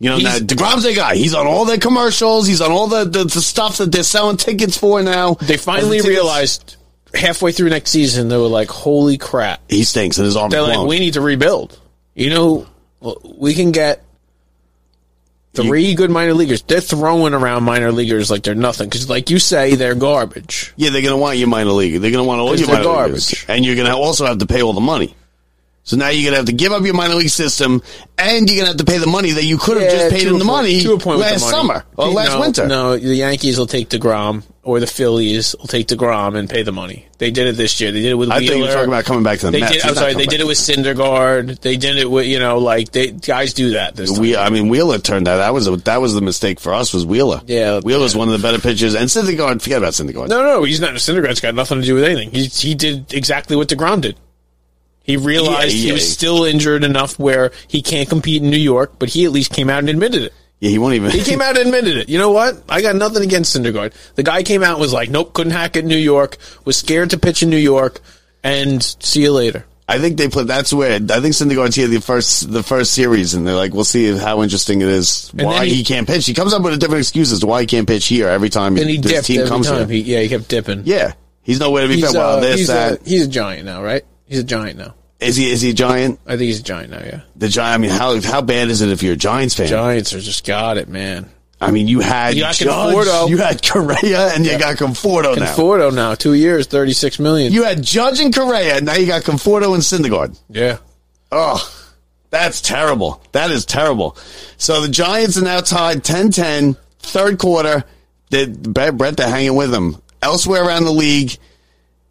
S5: You know, now
S6: He's-
S5: Degrom's their guy. He's on all their commercials. He's on all the, the, the stuff that they're selling tickets for now.
S6: They finally
S5: Tickets-
S6: realized halfway through next season they were like, "Holy crap!"
S5: he stinks and his arm is
S6: They're like,
S5: blown.
S6: "We need to rebuild." You know, well, we can get three good minor leaguers. They're throwing around minor leaguers like they're nothing because, like you say, they're garbage.
S5: Yeah, they're going to want your minor league. They're going to want all
S6: 'Cause
S5: your
S6: they're
S5: minor
S6: garbage.
S5: leaguers. And you're going to also have to pay all the money. So now you're going to have to give up your minor league system and you're going to have to pay the money that you could have
S6: Yeah,
S5: just paid
S6: to
S5: him
S6: a
S5: the
S6: point-
S5: money
S6: to a point with the
S5: last
S6: money.
S5: summer or
S6: No,
S5: last winter.
S6: No, the Yankees will take Degrom or the Phillies will take Degrom and pay the money. They did it this year. They did it with.
S5: I think
S6: Wheeler.
S5: you're talking about coming back to the
S6: They
S5: Mets.
S6: did.
S5: He's
S6: I'm
S5: not
S6: sorry. They
S5: coming
S6: did
S5: back.
S6: it with Syndergaard. They did it with you know like they guys do that. This time.
S5: We, I mean, Wheeler turned out. That was a, that was the mistake for us. Was Wheeler?
S6: Yeah.
S5: Wheeler's one of the better pitchers, and Syndergaard. Forget about Syndergaard.
S6: No, no, he's not. Syndergaard's got nothing to do with anything. He he did exactly what Degrom did. He realized
S5: Yeah,
S6: he
S5: yeah.
S6: was still injured enough where he can't compete in New York, but he at least came out and admitted it.
S5: Yeah, he won't even.
S6: He came out and admitted it. You know what? I got nothing against Syndergaard. The guy came out and was like, "Nope, couldn't hack it in New York. Was scared to pitch in New York." And see you later.
S5: I think they put. That's where I think Syndergaard's here the first the first series, and they're like, we'll see how interesting it is.
S6: And
S5: why
S6: then
S5: he,
S6: he-
S5: can't pitch? He comes up with a different excuse as to why he can't pitch here every time
S6: And he
S5: his
S6: dipped every time. He, yeah, he kept dipping.
S5: Yeah, he's nowhere to be
S6: he's,
S5: found. Well,
S6: uh,
S5: this
S6: he's,
S5: that
S6: a, he's a giant now, right? He's a giant now.
S5: is he is he a giant?
S6: I think he's a giant now. Yeah,
S5: The giant. I mean, how how bad is it if you're a Giants fan?
S6: Giants are just got it, man.
S5: I mean, you had
S6: You got
S5: Judge,
S6: Conforto.
S5: you had Correa, and you got Conforto now.
S6: Conforto now, two years, thirty six million.
S5: You had Judge and Correa, and now you got Conforto and Syndergaard.
S6: yeah,
S5: Oh, that's terrible. That is terrible. So the Giants are now tied 10-10, third quarter. They, Brett, Brett, they're hanging with them. Elsewhere around the league,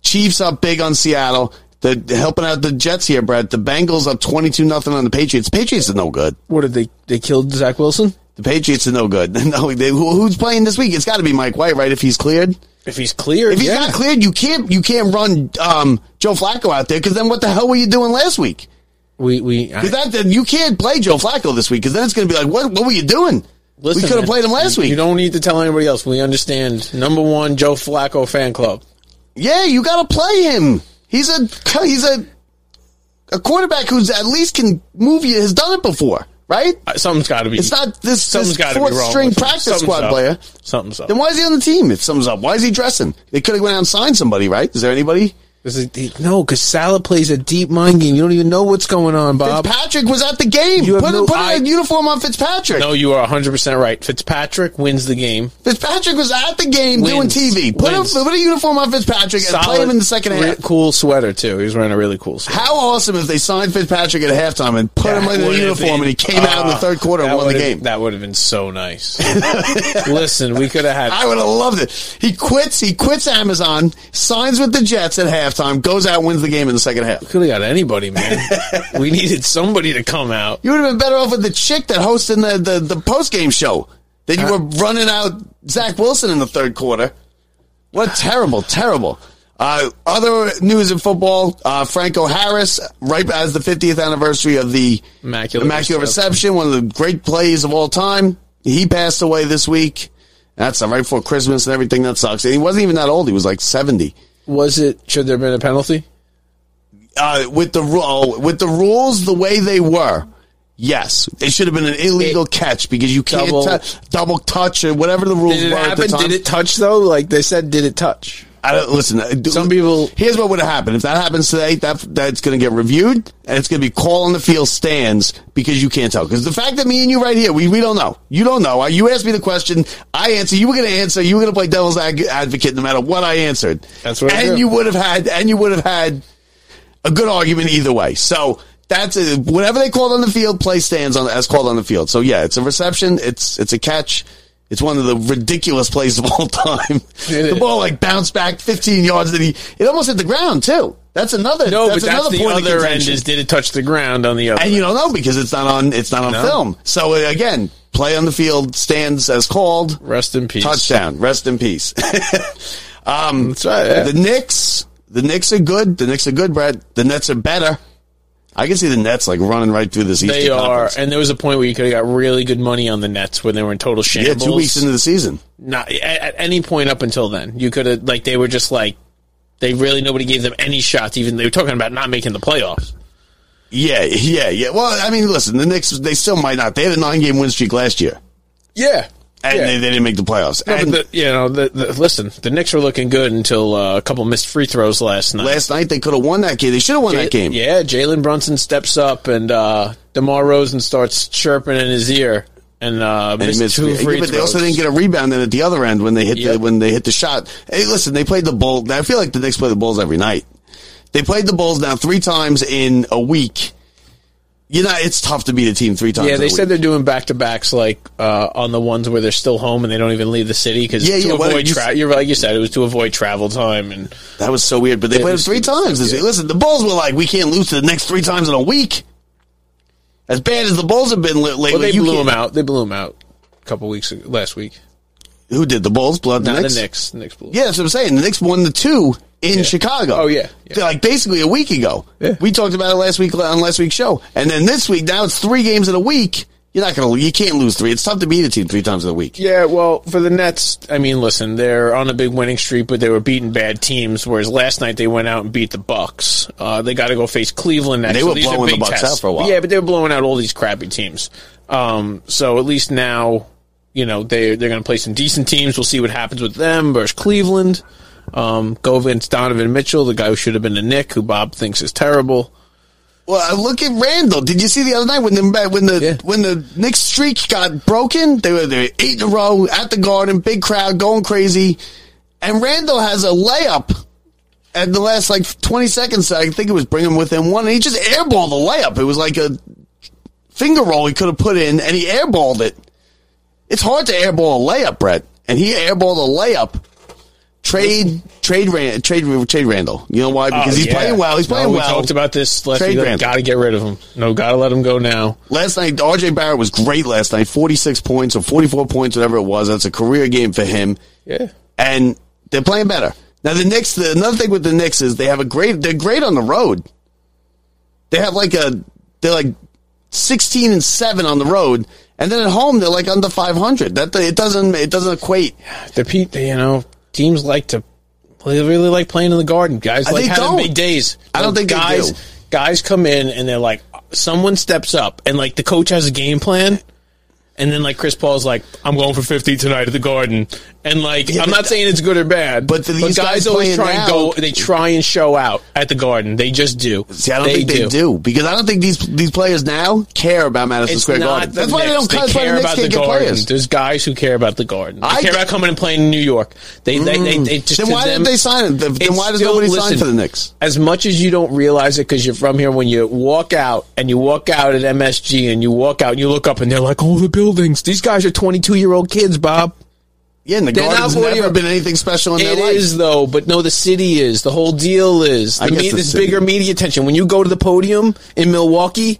S5: Chiefs up big on Seattle. They're they're helping out the Jets here, Brett. The Bengals up 22 nothing on the Patriots. Patriots are no good.
S6: What did they? They killed Zach Wilson.
S5: The Patriots are no good. no, they, who, who's playing this week? It's got to be Mike White, right? If he's cleared.
S6: If he's cleared,
S5: If he's
S6: yeah.
S5: not cleared, you can't you can't run um, Joe Flacco out there because then what the hell were you doing last week?
S6: we we I,
S5: Because that then you can't play Joe Flacco this week. Because then it's going to be like, what what were you doing? we
S6: listen,
S5: could have
S6: man,
S5: played him last
S6: you-
S5: week.
S6: You don't need to tell anybody else. We understand. Number one, Joe Flacco fan club.
S5: yeah, you got to play him. He's a he's a a quarterback who's at least can move you. Has done it before, right?
S6: Uh, something's got to be.
S5: It's not this,
S6: something's
S5: this
S6: got to be
S5: fourth
S6: wrong.
S5: string
S6: with him.
S5: practice
S6: Something's
S5: squad
S6: up.
S5: player.
S6: Something's up.
S5: Then why is he on the team? If something's up, why is he dressing? They could have went out and signed somebody, right? Is there anybody?
S6: This is deep. No, because Salah plays a deep mind game. You don't even know what's going on, Bob.
S5: Fitzpatrick was at the game.
S6: Uh, You have
S5: put
S6: no-
S5: put
S6: I-
S5: a uniform on Fitzpatrick.
S6: No, you are 100% right. Fitzpatrick wins the game.
S5: Fitzpatrick was at the game doing
S6: Wins.
S5: TV. Put a,
S6: Wins.
S5: put a uniform on Fitzpatrick and play him in the second
S6: re-
S5: half.
S6: Cool sweater, too. He was wearing a really cool sweater.
S5: How awesome if they signed Fitzpatrick at halftime and put him in the
S6: Would've
S5: uniform
S6: been-
S5: and he came out in the
S6: Ah,
S5: third quarter and
S6: that
S5: won the
S6: would've-
S5: game.
S6: That would have been so nice. Listen, we could have had.
S5: I would have loved it. He quits. He quits Amazon, signs with the Jets at halftime, goes out, wins the game in the second half.
S6: could have got anybody, man. we needed somebody to come out.
S5: You would have been better off with the chick that hosted the, the, the post game show that you were running out Zach Wilson in the third quarter. What terrible, terrible. Uh, other news in football: uh, Franco Harris, right as the 50th anniversary of the
S6: Immaculate Reception.
S5: Reception, one of the great plays of all time, he passed away this week. That's uh, right before Christmas and everything. That sucks. And he wasn't even that old; he was like 70.
S6: Was it? Should there have been a penalty?
S5: uh, with the rule with the rules the way they were. Yes, it should have been an illegal
S6: It-
S5: catch because you can't
S6: Double-
S5: double, double touch or whatever the rules
S6: Did it
S5: were at the
S6: happen?
S5: time.
S6: Did it touch though? Like they said, did it touch?
S5: I don't listen. uh, do-
S6: Some people-
S5: Here's what would have happened if that happens today. That that's going to get reviewed and it's going to be call on the field stands because you can't tell. Because the fact that me and you right here, we, we don't know. You don't know. Uh, You asked me the question. I answer. You were going to answer. You were going to play devil's ag- advocate no matter what I answered.
S6: That's what I
S5: And
S6: do.
S5: you would have had. And you would have had a good argument either way. So. That's a, whatever they called on the field, play stands on as called on the field. So yeah, it's a reception. It's it's a catch. It's one of the ridiculous plays of all time.
S6: It
S5: the
S6: is.
S5: ball ball like bounced back 15 yards and he it almost hit the ground too. That's another
S6: No,
S5: that's
S6: but that's
S5: another
S6: the
S5: point of
S6: other end.
S5: contention.
S6: Is did it touch the ground on the other?
S5: and you don't know because it's not on it's not on
S6: No.
S5: film. So uh, again, play on the field stands as called.
S6: Rest in peace.
S5: Touchdown. Rest in peace. um
S6: That's right, yeah.
S5: the Knicks, the Knicks are good. The Knicks are good, Brett. The Nets are better. I can see the Nets like running right through this Eastern
S6: They are,
S5: Conference.
S6: and there was a point where you could have got really good money on the Nets when they were in total
S5: yeah,
S6: shambles.
S5: two weeks into the season.
S6: Not at, at any point up until then, you could have like they were just like they really nobody gave them any shots. Even they were talking about not making the playoffs.
S5: Yeah, yeah, yeah. Well, I mean, listen, the Knicks they still might not. They had a nine-game win streak last year.
S6: Yeah,
S5: and they, they didn't make the playoffs.
S6: No,
S5: and
S6: but the, you know, the, the, listen, the Knicks were looking good until uh, a couple missed free throws last night.
S5: last night they could have won that game. They should have won that game.
S6: Yeah, Jalen Brunson steps up and uh, DeMar Rosen starts chirping in his ear and, uh,
S5: And
S6: missed,
S5: they missed
S6: two
S5: free- yeah,
S6: free throws.
S5: but they also didn't get a rebound. Then at the other end, when they hit the
S6: Yep.
S5: when they hit the shot, hey, listen, they played the Bulls. I feel like the Knicks play the Bulls every night. They played the Bulls now three times in a week. You know, it's tough to beat a team three times.
S6: yeah,
S5: in
S6: they
S5: a
S6: said
S5: week.
S6: they're doing back to backs like uh, on the ones where they're still home and they don't even leave the city because
S5: Yeah,
S6: to
S5: yeah, why
S6: avoid
S5: don't you-
S6: tra- you're like you said it was to avoid travel time and
S5: that was so weird, but they
S6: Yeah,
S5: played it
S6: it was-
S5: three times this week. Listen, the Bulls were like, we can't lose to the next three times in a week. As bad as the Bulls have been li- lately,
S6: well they
S5: you
S6: blew
S5: can't-
S6: them out they blew them out a couple weeks ago, last week
S5: Who did the Bulls? Blew out the
S6: not
S5: Knicks.
S6: the Knicks the Knicks blew
S5: Yeah, that's what I'm saying. The Knicks won the two in Chicago.
S6: Oh, yeah. Yeah.
S5: Like basically a week ago.
S6: Yeah.
S5: We talked about it last week on last week's show. And then this week, now it's three games in a week. You're not gonna you can't lose three. It's tough to beat a team three times in a week.
S6: Yeah, well, for the Nets, I mean, listen, they're on a big winning streak, but they were beating bad teams. Whereas last night they went out and beat the Bucks. Uh, they got to go face Cleveland next.
S5: They
S6: so
S5: were
S6: these are
S5: blowing the
S6: big
S5: Bucks
S6: tests.
S5: out for a while.
S6: Yeah, but they were blowing out all these crappy teams. Um, so at least now, you know, they they're going to play some decent teams. We'll see what happens with them versus Cleveland. Um, go against Donovan Mitchell, the guy who should have been a Nick, who Bob thinks is terrible.
S5: Well, uh, look at Randall. Did you see the other night when the when the
S6: Yeah.
S5: when the Knicks streak got broken? They were there eight in a row at the Garden, big crowd, going crazy, and Randall has a layup at the last like twenty seconds. I think it was bringing with him one, and he just airballed the layup. It was like a finger roll he could have put in, and he airballed it. It's hard to airball a layup, Brett, and he airballed a layup. Trade, trade, Ran- trade, trade Randall. You know why? Because he's
S6: Uh, Yeah.
S5: playing well. He's
S6: No,
S5: playing
S6: we
S5: well.
S6: talked about this last
S5: Trade
S6: week.
S5: Grant.
S6: Got to get rid of him. No, got to let him go now.
S5: Last night, RJ Barrett was great last night. 46 points or 44 points, whatever it was. That's a career game for him.
S6: Yeah.
S5: And they're playing better. Now, the Knicks, the, another thing with the Knicks is they have a great, they're great on the road. They have like a, they're like 16 and 7 on the road. And then at home, they're like under 500. That, it doesn't, it doesn't equate.
S6: the pe- you know teams like to they really like playing in the garden. Guys
S5: Uh,
S6: like
S5: they
S6: having
S5: don't.
S6: big days.
S5: I don't think they
S6: guys
S5: do.
S6: guys come in and they're like someone steps up and like the coach has a game plan And then like Chris Paul's like, I'm going for 50 tonight at the Garden, and like
S5: Yeah,
S6: I'm
S5: but-
S6: not saying it's good or bad,
S5: but these guys playing
S6: always try and
S5: now-
S6: go, they try and show out at the Garden. They just do.
S5: See, I don't think they do. because I don't think these these players now care about Madison
S6: It's
S5: Square
S6: not
S5: Garden.
S6: the
S5: That's why they
S6: Knicks.
S5: don't that's why
S6: care
S5: the Knicks
S6: about the
S5: can't get
S6: Garden.
S5: players.
S6: There's guys who care about the Garden. They
S5: I
S6: care
S5: d-
S6: about coming and playing in New York. They, they, they, they just
S5: Then
S6: to
S5: why did
S6: them-
S5: they sign him? Then
S6: it's
S5: why does
S6: still-
S5: nobody sign
S6: listen,
S5: for the Knicks?
S6: As much as you don't realize it because you're from here, when you walk out and you walk out at MSG and you walk out and you look up and they're like, oh, the buildings. These guys are 22 year old kids, Bob.
S5: Yeah, and the
S6: They're
S5: Garden's
S6: not
S5: never
S6: New York.
S5: been anything special in
S6: It
S5: their life.
S6: is though, but no, the city is. The whole deal is. The
S5: I guess
S6: me-
S5: the
S6: this
S5: city.
S6: bigger media attention. When you go to the podium in Milwaukee,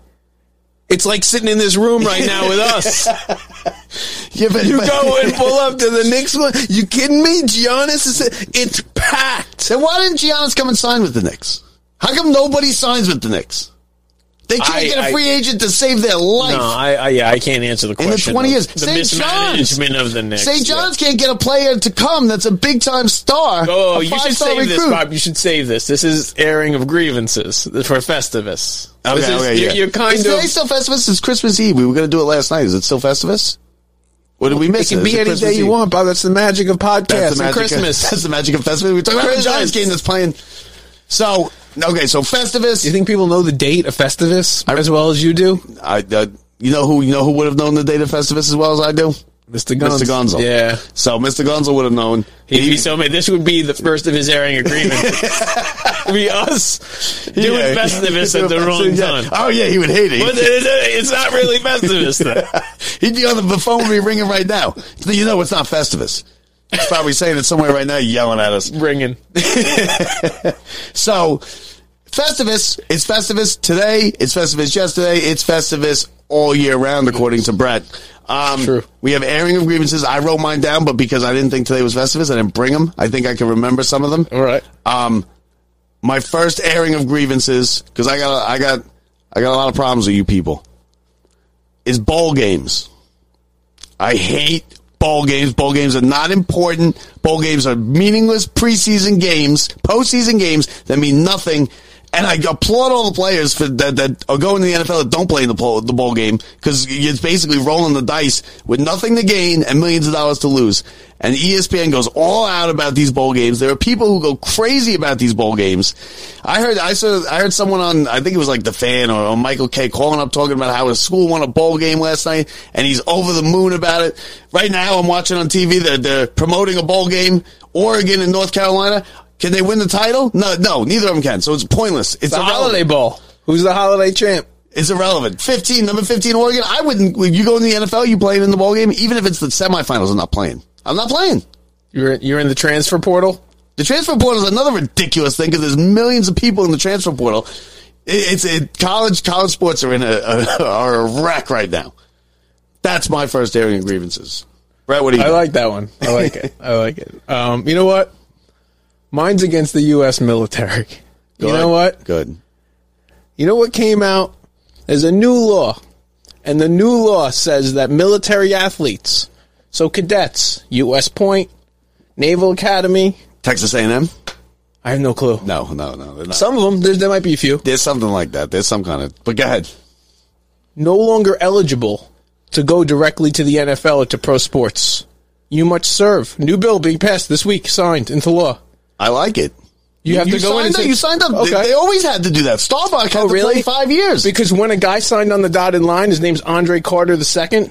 S6: it's like sitting in this room right now with us.
S5: Yeah, but,
S6: You
S5: but-
S6: go and pull up to the next one. You kidding me? Giannis is it's packed.
S5: Then why didn't Giannis come and sign with the Knicks? How come nobody signs with the Knicks? They can't
S6: I-
S5: get a
S6: I-
S5: free agent to save their life.
S6: No, I, I yeah, I can't answer the
S5: In
S6: question.
S5: the 20 years,
S6: The
S5: St. John's,
S6: mismanagement of the Knicks.
S5: St. John's can't get a player to come that's a big time star.
S6: Yeah. Oh,
S5: a
S6: you should
S5: five-star
S6: save this,
S5: recruit.
S6: Bob. You should save this. This is airing of grievances for Festivus.
S5: Okay,
S6: This is-
S5: okay,
S6: you're,
S5: yeah.
S6: you're kind
S5: is
S6: of
S5: today still Festivus? It's Christmas Eve. We were going to do it last night. Is it still Festivus? Or did we
S6: It
S5: miss it?
S6: can
S5: Is
S6: be
S5: it
S6: any
S5: Christmas
S6: day you
S5: Eve?
S6: want, Bob. That's the magic of podcasts and
S5: magic of-
S6: Christmas.
S5: that's the magic of Festivus. We're talking about the Giants game that's playing. So okay, so Festivus.
S6: do you think people know the date of Festivus as well as you do,
S5: I, uh, you know who you know who would have known the date of Festivus as well as I do.
S6: Mr.
S5: Mr. Gonzo.
S6: Yeah,
S5: So Mr. Gonzo would have known.
S6: He'd be so mad. This would be the first of his airing agreement. be us doing
S5: Yeah.
S6: Festivus at the wrong
S5: Yeah.
S6: time.
S5: Oh yeah, he would hate it.
S6: But it- it- it's not really Festivus, though.
S5: He'd be on the, the phone would be ringing right now. So you know it's not Festivus. He's probably saying it somewhere right now, yelling at us.
S6: Ringing.
S5: So Festivus, it's Festivus today. It's Festivus yesterday. It's Festivus all year round, according to Brett. Um,
S6: True.
S5: We have airing of grievances. I wrote mine down, but because I didn't think today was Festivus, I didn't bring them. I think I can remember some of them.
S6: All right.
S5: Um, my first airing of grievances because I got I got I got a lot of problems with you people. Is bowl games. I hate bowl games. Bowl games are not important. Bowl games are meaningless preseason games, postseason games that mean nothing. And I applaud all the players for that, that are going to the NFL that don't play in the bowl, the bowl game because it's basically rolling the dice with nothing to gain and millions of dollars to lose. And E ESPN goes all out about these bowl games. There are people who go crazy about these bowl games. I heard, I saw, I heard someone on, I think it was like the fan or, or Michael K calling up talking about how his school won a bowl game last night and he's over the moon about it. Right now I'm watching on TV that they're promoting a bowl game, Oregon and North Carolina. Can they win the title? No, no, neither of them can. So it's pointless. It's
S6: The holiday
S5: irrelevant.
S6: ball. Who's the holiday champ?
S5: It's irrelevant. 15, number 15 Oregon. I wouldn't, when you go in the NFL, you playing in the bowl game, even if it's the semifinals, I'm not playing. I'm not playing.
S6: You're you're in the transfer portal.
S5: The transfer portal is another ridiculous thing because there's millions of people in the transfer portal. It, it's it, college college sports are in a, a are a wreck right now. That's my first area of grievances. Brett, what do you?
S6: I
S5: got?
S6: like that one. I like it. I like it. Um, you know what? Mine's against the U.S. military. You
S5: Good.
S6: know what?
S5: Good.
S6: You know what came out? There's a new law, and the new law says that military athletes, so cadets, U.S. Point, Naval Academy,
S5: Texas A&M?
S6: I have no clue.
S5: No, no, no. they're not.
S6: Some of them, there, there might be a few,
S5: there's something like that. There's some kind of. But go ahead.
S6: no longer eligible to go directly to the NFL or to pro sports. You must serve. New bill being passed this week, signed into law.
S5: I like it.
S6: You have to go
S5: signed
S6: in and
S5: up,
S6: say-
S5: you signed up. They,
S6: Okay.
S5: they always had to do that. Starbuck had
S6: Oh,
S5: to
S6: really?
S5: play five years.
S6: Because when a guy signed on the dotted line, his name's Andre Carter II,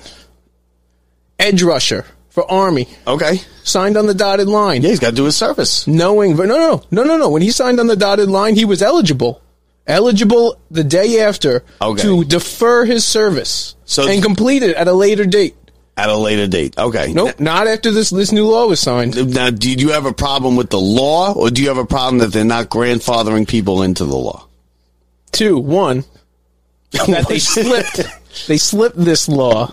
S6: edge rusher for Army,
S5: okay.
S6: signed on the dotted line.
S5: Yeah, he's got to do his service.
S6: knowing no no no no no when he signed on the dotted line he was eligible eligible the day after
S5: Okay.
S6: to defer his service
S5: So-
S6: and complete it at a later date
S5: At a later date. Okay.
S6: nope not after this this new law was signed
S5: Now, do you have a problem with the law, or do you have a problem that they're not grandfathering people into the law?
S6: two one that they slipped they slipped this law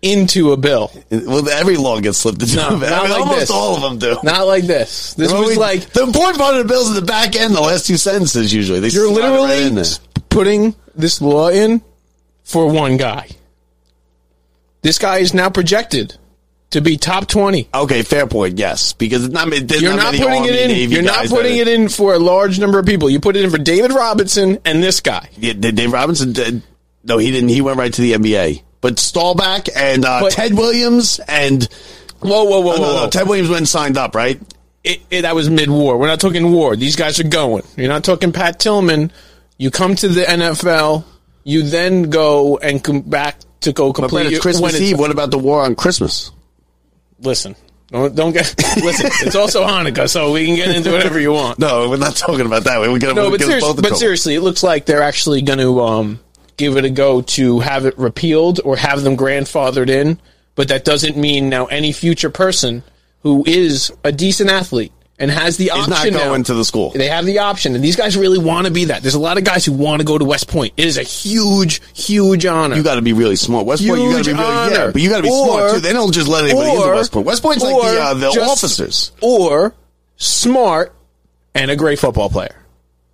S6: into a bill
S5: Well, every law gets slipped into
S6: No,
S5: it. I
S6: not
S5: mean,
S6: like
S5: almost
S6: this.
S5: all of them do.
S6: not like this this
S5: Well, we-
S6: was like
S5: the important part of the bill's in the back end, the last two sentences usually. They
S6: you're
S5: slide it right
S6: literally
S5: in there.
S6: putting this law in for one guy this guy is now projected to be top 20
S5: okay. Fair point. Yes, because it's not, there's
S6: You're not
S5: many
S6: putting
S5: Army,
S6: it in.
S5: Navy
S6: You're not
S5: guys that
S6: putting
S5: are-
S6: it in for a large number of people. You put it in for David Robinson and this guy.
S5: Yeah, did Dave Robinson did. No, he didn't. He went right to the NBA. but Stallback and uh,
S6: But- Oh,
S5: Ted Williams and
S6: Whoa, whoa, whoa,
S5: no,
S6: whoa,
S5: no,
S6: whoa.
S5: no, Ted Williams went and signed up, right?
S6: it, it, that was mid war. We're not talking war. These guys are going. You're not talking Pat Tillman. You come to the NFL. You then go and come back to go
S5: But
S6: complete
S5: when it's
S6: your-
S5: Christmas
S6: when it's-
S5: Eve, what about the war on Christmas?
S6: Listen, don't, don't get listen. It's also Hanukkah, so we can get into whatever you want.
S5: No, we're not talking about that. We're gonna
S6: No,
S5: we're
S6: but,
S5: gonna
S6: serious,
S5: both in
S6: but
S5: trouble.
S6: seriously, it looks like they're actually going to um, give it a go to have it repealed or have them grandfathered in. But that doesn't mean now any future person who is a decent athlete and has the
S5: Is
S6: option
S5: not
S6: now-
S5: going to the school.
S6: They have the option, and these guys really want to be that. There's a lot of guys who want to go to West Point. It is a huge, huge honor.
S5: You got to be really smart. West Point, you got to be
S6: Huge
S5: really yeah,
S6: honor.
S5: but you got to be
S6: Or-
S5: smart too. They don't just let anybody into
S6: or-
S5: West Point. West Point's like the
S6: or
S5: uh, the
S6: just-
S5: officers.
S6: or smart and a great football player.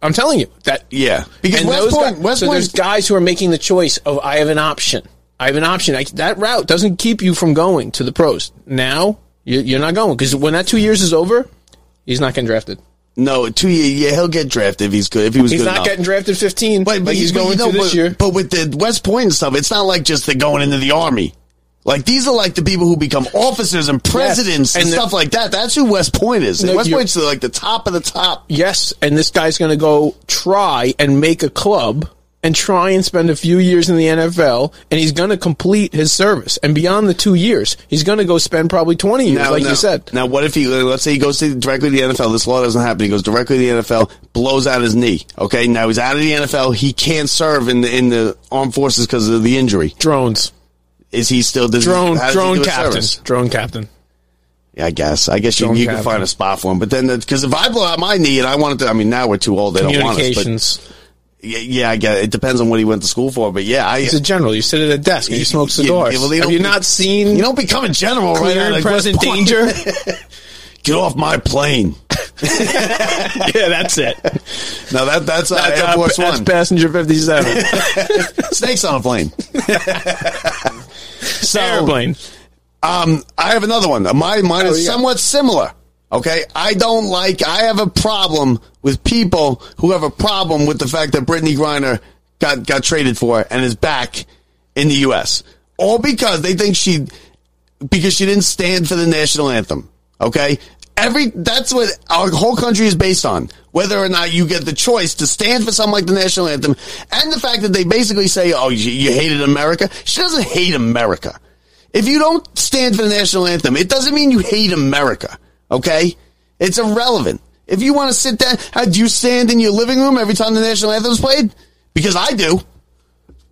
S6: I'm telling you that
S5: Yeah, because
S6: and
S5: West
S6: those
S5: Point,
S6: guy-
S5: West
S6: so there's
S5: Point,
S6: guys who are making the choice of I have an option. I have an option. I, that route doesn't keep you from going to the pros. Now you, you're not going because when that two years is over, he's not getting drafted.
S5: no two year. Yeah, he'll get drafted if he's good. If he was
S6: He's
S5: good
S6: not
S5: enough.
S6: getting drafted 15.
S5: But, but
S6: like he's
S5: but,
S6: going
S5: you know,
S6: to this
S5: but,
S6: year.
S5: But with the West Point and stuff, it's not like just they're going into the army. Like these are like the people who become officers and presidents and,
S6: and the-
S5: stuff like that. That's who West Point is.
S6: No,
S5: West
S6: you-
S5: Point's like the top of the top.
S6: yes, and this guy's going to go try and make a club and try and spend a few years in the NFL, and he's going to complete his service. And beyond the two years, he's going to go spend probably 20 years,
S5: Now-
S6: like
S5: now-
S6: you said.
S5: Now, what if he? Let's say he goes to directly to the NFL. This law doesn't happen. He goes directly to the NFL, blows out his knee. Okay, now he's out of the NFL. He can't serve in the in the armed forces because of the injury.
S6: Drones.
S5: Is he still does he-
S6: Drone,
S5: how does he do
S6: drone
S5: his
S6: captain.
S5: service?
S6: Drone captain.
S5: I guess. I guess you,
S6: Drone
S5: you can
S6: captain.
S5: find a spot for him. But then, because if I blow out my knee and I wanted to, I mean, now we're too old. They don't want us. But
S6: Communications.
S5: yeah, yeah, I guess it depends on what he went to school for. But yeah, I.
S6: He's a general. You sit at a desk and you smoke
S5: Yeah,
S6: cigars.
S5: yeah, well, they
S6: Have
S5: don't-
S6: you not seen
S5: you don't become a general right
S6: clear
S5: out
S6: and
S5: of
S6: present
S5: West Point.
S6: danger?
S5: Get off my plane.
S6: yeah, that's it.
S5: No, that that's, uh,
S6: That's,
S5: Air
S6: uh,
S5: Force
S6: that's
S5: One.
S6: passenger 57.
S5: Snakes on a plane. so,
S6: Airplane.
S5: Um, I have another one. My mine
S6: Oh,
S5: is
S6: yeah.
S5: somewhat similar. Okay, I don't like. I have a problem with people who have a problem with the fact that Brittany Griner got got traded for and is back in the U.S. All because they think she because she didn't stand for the national anthem. Okay. Every that's what our whole country is based on. Whether or not you get the choice to stand for something like the national anthem, and the fact that they basically say, "Oh, you, you hated America." She doesn't hate America. If you don't stand for the national anthem, it doesn't mean you hate America. Okay, it's irrelevant. If you want to sit down, how do you stand in your living room every time the national anthem is played? Because I do.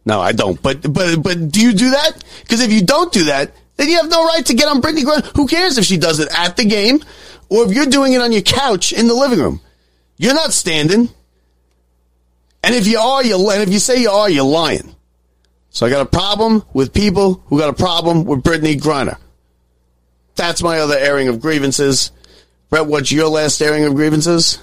S5: No, I don't. But but but do you do that? Because if you don't do that, then you have no right to get on Brittany Griner. Who cares if she does it at the game, or if you're doing it on your couch in the living room? You're not standing. And if you are, you and if you say you are, you're lying. So I got a problem with people who got a problem with Brittany Griner. That's my other airing of grievances. Brett, what's your last airing of grievances?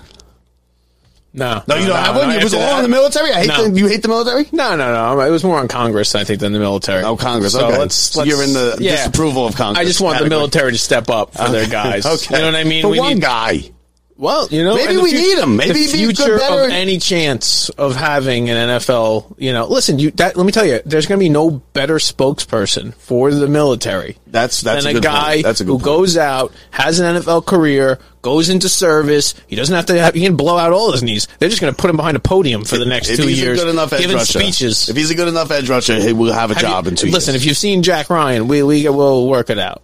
S6: No.
S5: No, you don't have one.
S6: no,
S5: You was
S6: after
S5: all in
S6: that-
S5: the military. I hate
S6: No.
S5: the, you hate the military.
S6: No, no, no. It was more on Congress, I think, than the military.
S5: Oh, Congress. okay. So you're in the disapproval of Congress.
S6: I just want the
S5: category.
S6: military to step up for their guys.
S5: Okay.
S6: You know what I mean?
S5: For one guy.
S6: Well, you know,
S5: Maybe
S6: and the
S5: we need 'em. Maybe
S6: the
S5: he'd be good,
S6: future
S5: better-
S6: of any chance of having an NFL. You know, listen. You that let me tell you, there's going to be no better spokesperson for the military
S5: That's that's
S6: than
S5: a
S6: a,
S5: good point.
S6: guy
S5: That's a good
S6: who
S5: point.
S6: goes out, has an NFL career, goes into service. He doesn't have to. Have, he can blow out all his knees. They're just going to put him behind a podium for the next
S5: if
S6: two
S5: he's
S6: years,
S5: a good enough edge
S6: giving
S5: rusher,
S6: speeches.
S5: If he's a good enough edge rusher, he will have a
S6: Have
S5: job
S6: you-
S5: in two
S6: listen,
S5: years.
S6: if you've seen Jack Ryan, we we will work it out.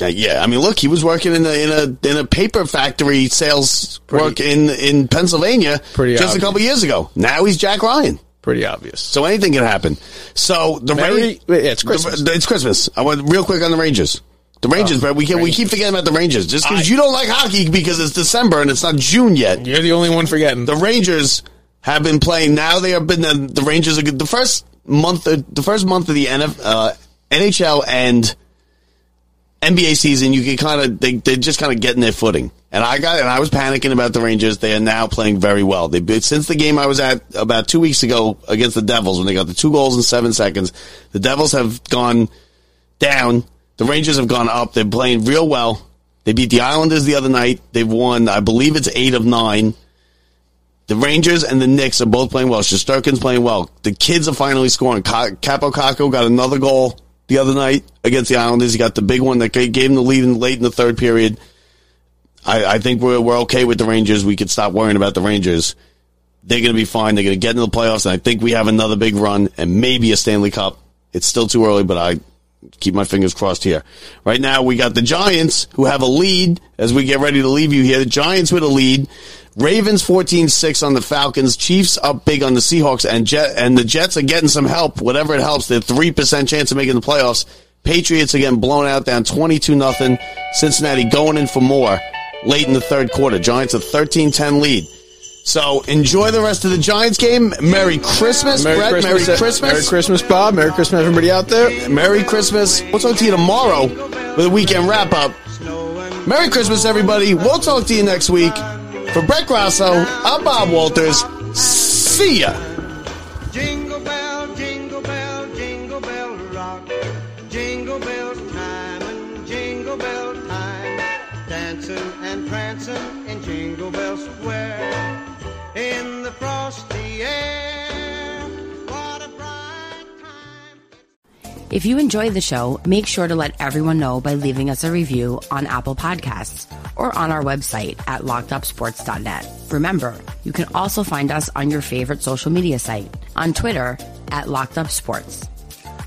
S5: Listen, yeah, I mean, look, he was working in a in a in a paper factory sales
S6: Pretty-
S5: work in in Pennsylvania
S6: Pretty
S5: just a
S6: obvious.
S5: couple years ago. Now he's Jack Ryan.
S6: Pretty obvious.
S5: So anything can happen. So the
S6: Merry-
S5: Ra-
S6: wait, yeah, it's Christmas. Oh,
S5: the- it's Christmas. I want real quick on the Rangers. The Rangers, bro. We can, we keep forgetting about the Rangers just
S6: I-
S5: because you don't like hockey because it's December and it's not June yet.
S6: You're the only one forgetting.
S5: the Rangers have been playing. Now they have been the, the Rangers are good. The first month, uh, the first month of the NF, uh, NHL and NBA season, you can kind of they they're just kind of getting their footing. And I got and I was panicking about the Rangers. They are now playing very well. They have since the game I was at about two weeks ago against the Devils when they got the two goals in seven seconds. The Devils have gone down. The Rangers have gone up. They're playing real well. They beat the Islanders the other night. They've won, I believe it's eight of nine The Rangers and the Knicks are both playing well. Shusterkin's playing well. The kids are finally scoring. Ca- Capo Caco got another goal the other night against the Islanders. He got the big one that gave him the lead in, late in the third period. I, I think we're, we're okay with the Rangers. We could stop worrying about the Rangers. They're going to be fine. They're going to get into the playoffs, and I think we have another big run and maybe a Stanley Cup. It's still too early, but I keep my fingers crossed here. Right now, we got the Giants who have a lead as we get ready to leave you here. The Giants with a lead. Ravens 14-6 on the Falcons. Chiefs up big on the Seahawks and Jet, and the Jets are getting some help. Whatever it helps, they're 3% chance of making the playoffs. Patriots again blown out down 22 nothing. Cincinnati going in for more late in the third quarter. Giants a 13-10 lead. So enjoy the rest of the Giants game. Merry Christmas,
S6: Merry
S5: Brett.
S6: Christmas,
S5: Merry
S6: uh,
S5: Christmas.
S6: Merry Christmas, Bob. Merry Christmas, everybody out there.
S5: Merry Christmas. We'll talk to you tomorrow with a weekend wrap up. Merry Christmas, everybody. We'll talk to you next week. For Brett Grasso, I'm Bob Walters. See ya.
S7: Jingle bell, jingle bell, jingle bell rock. Jingle bell time and jingle bell time. Dancing and prancing in Jingle Bell Square. In the frosty air. What a bright time.
S8: If you enjoyed the show, make sure to let everyone know by leaving us a review on Apple Podcasts or on our website at lockedupsports.net. Remember, you can also find us on your favorite social media site on Twitter at lockedupsports,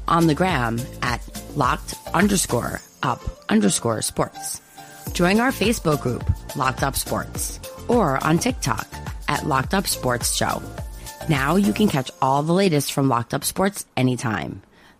S8: on the gram at locked underscore up underscore sports. Join our Facebook group, Locked Up Sports, or on TikTok at Locked Up Sports Show. Now you can catch all the latest from Locked Up Sports anytime.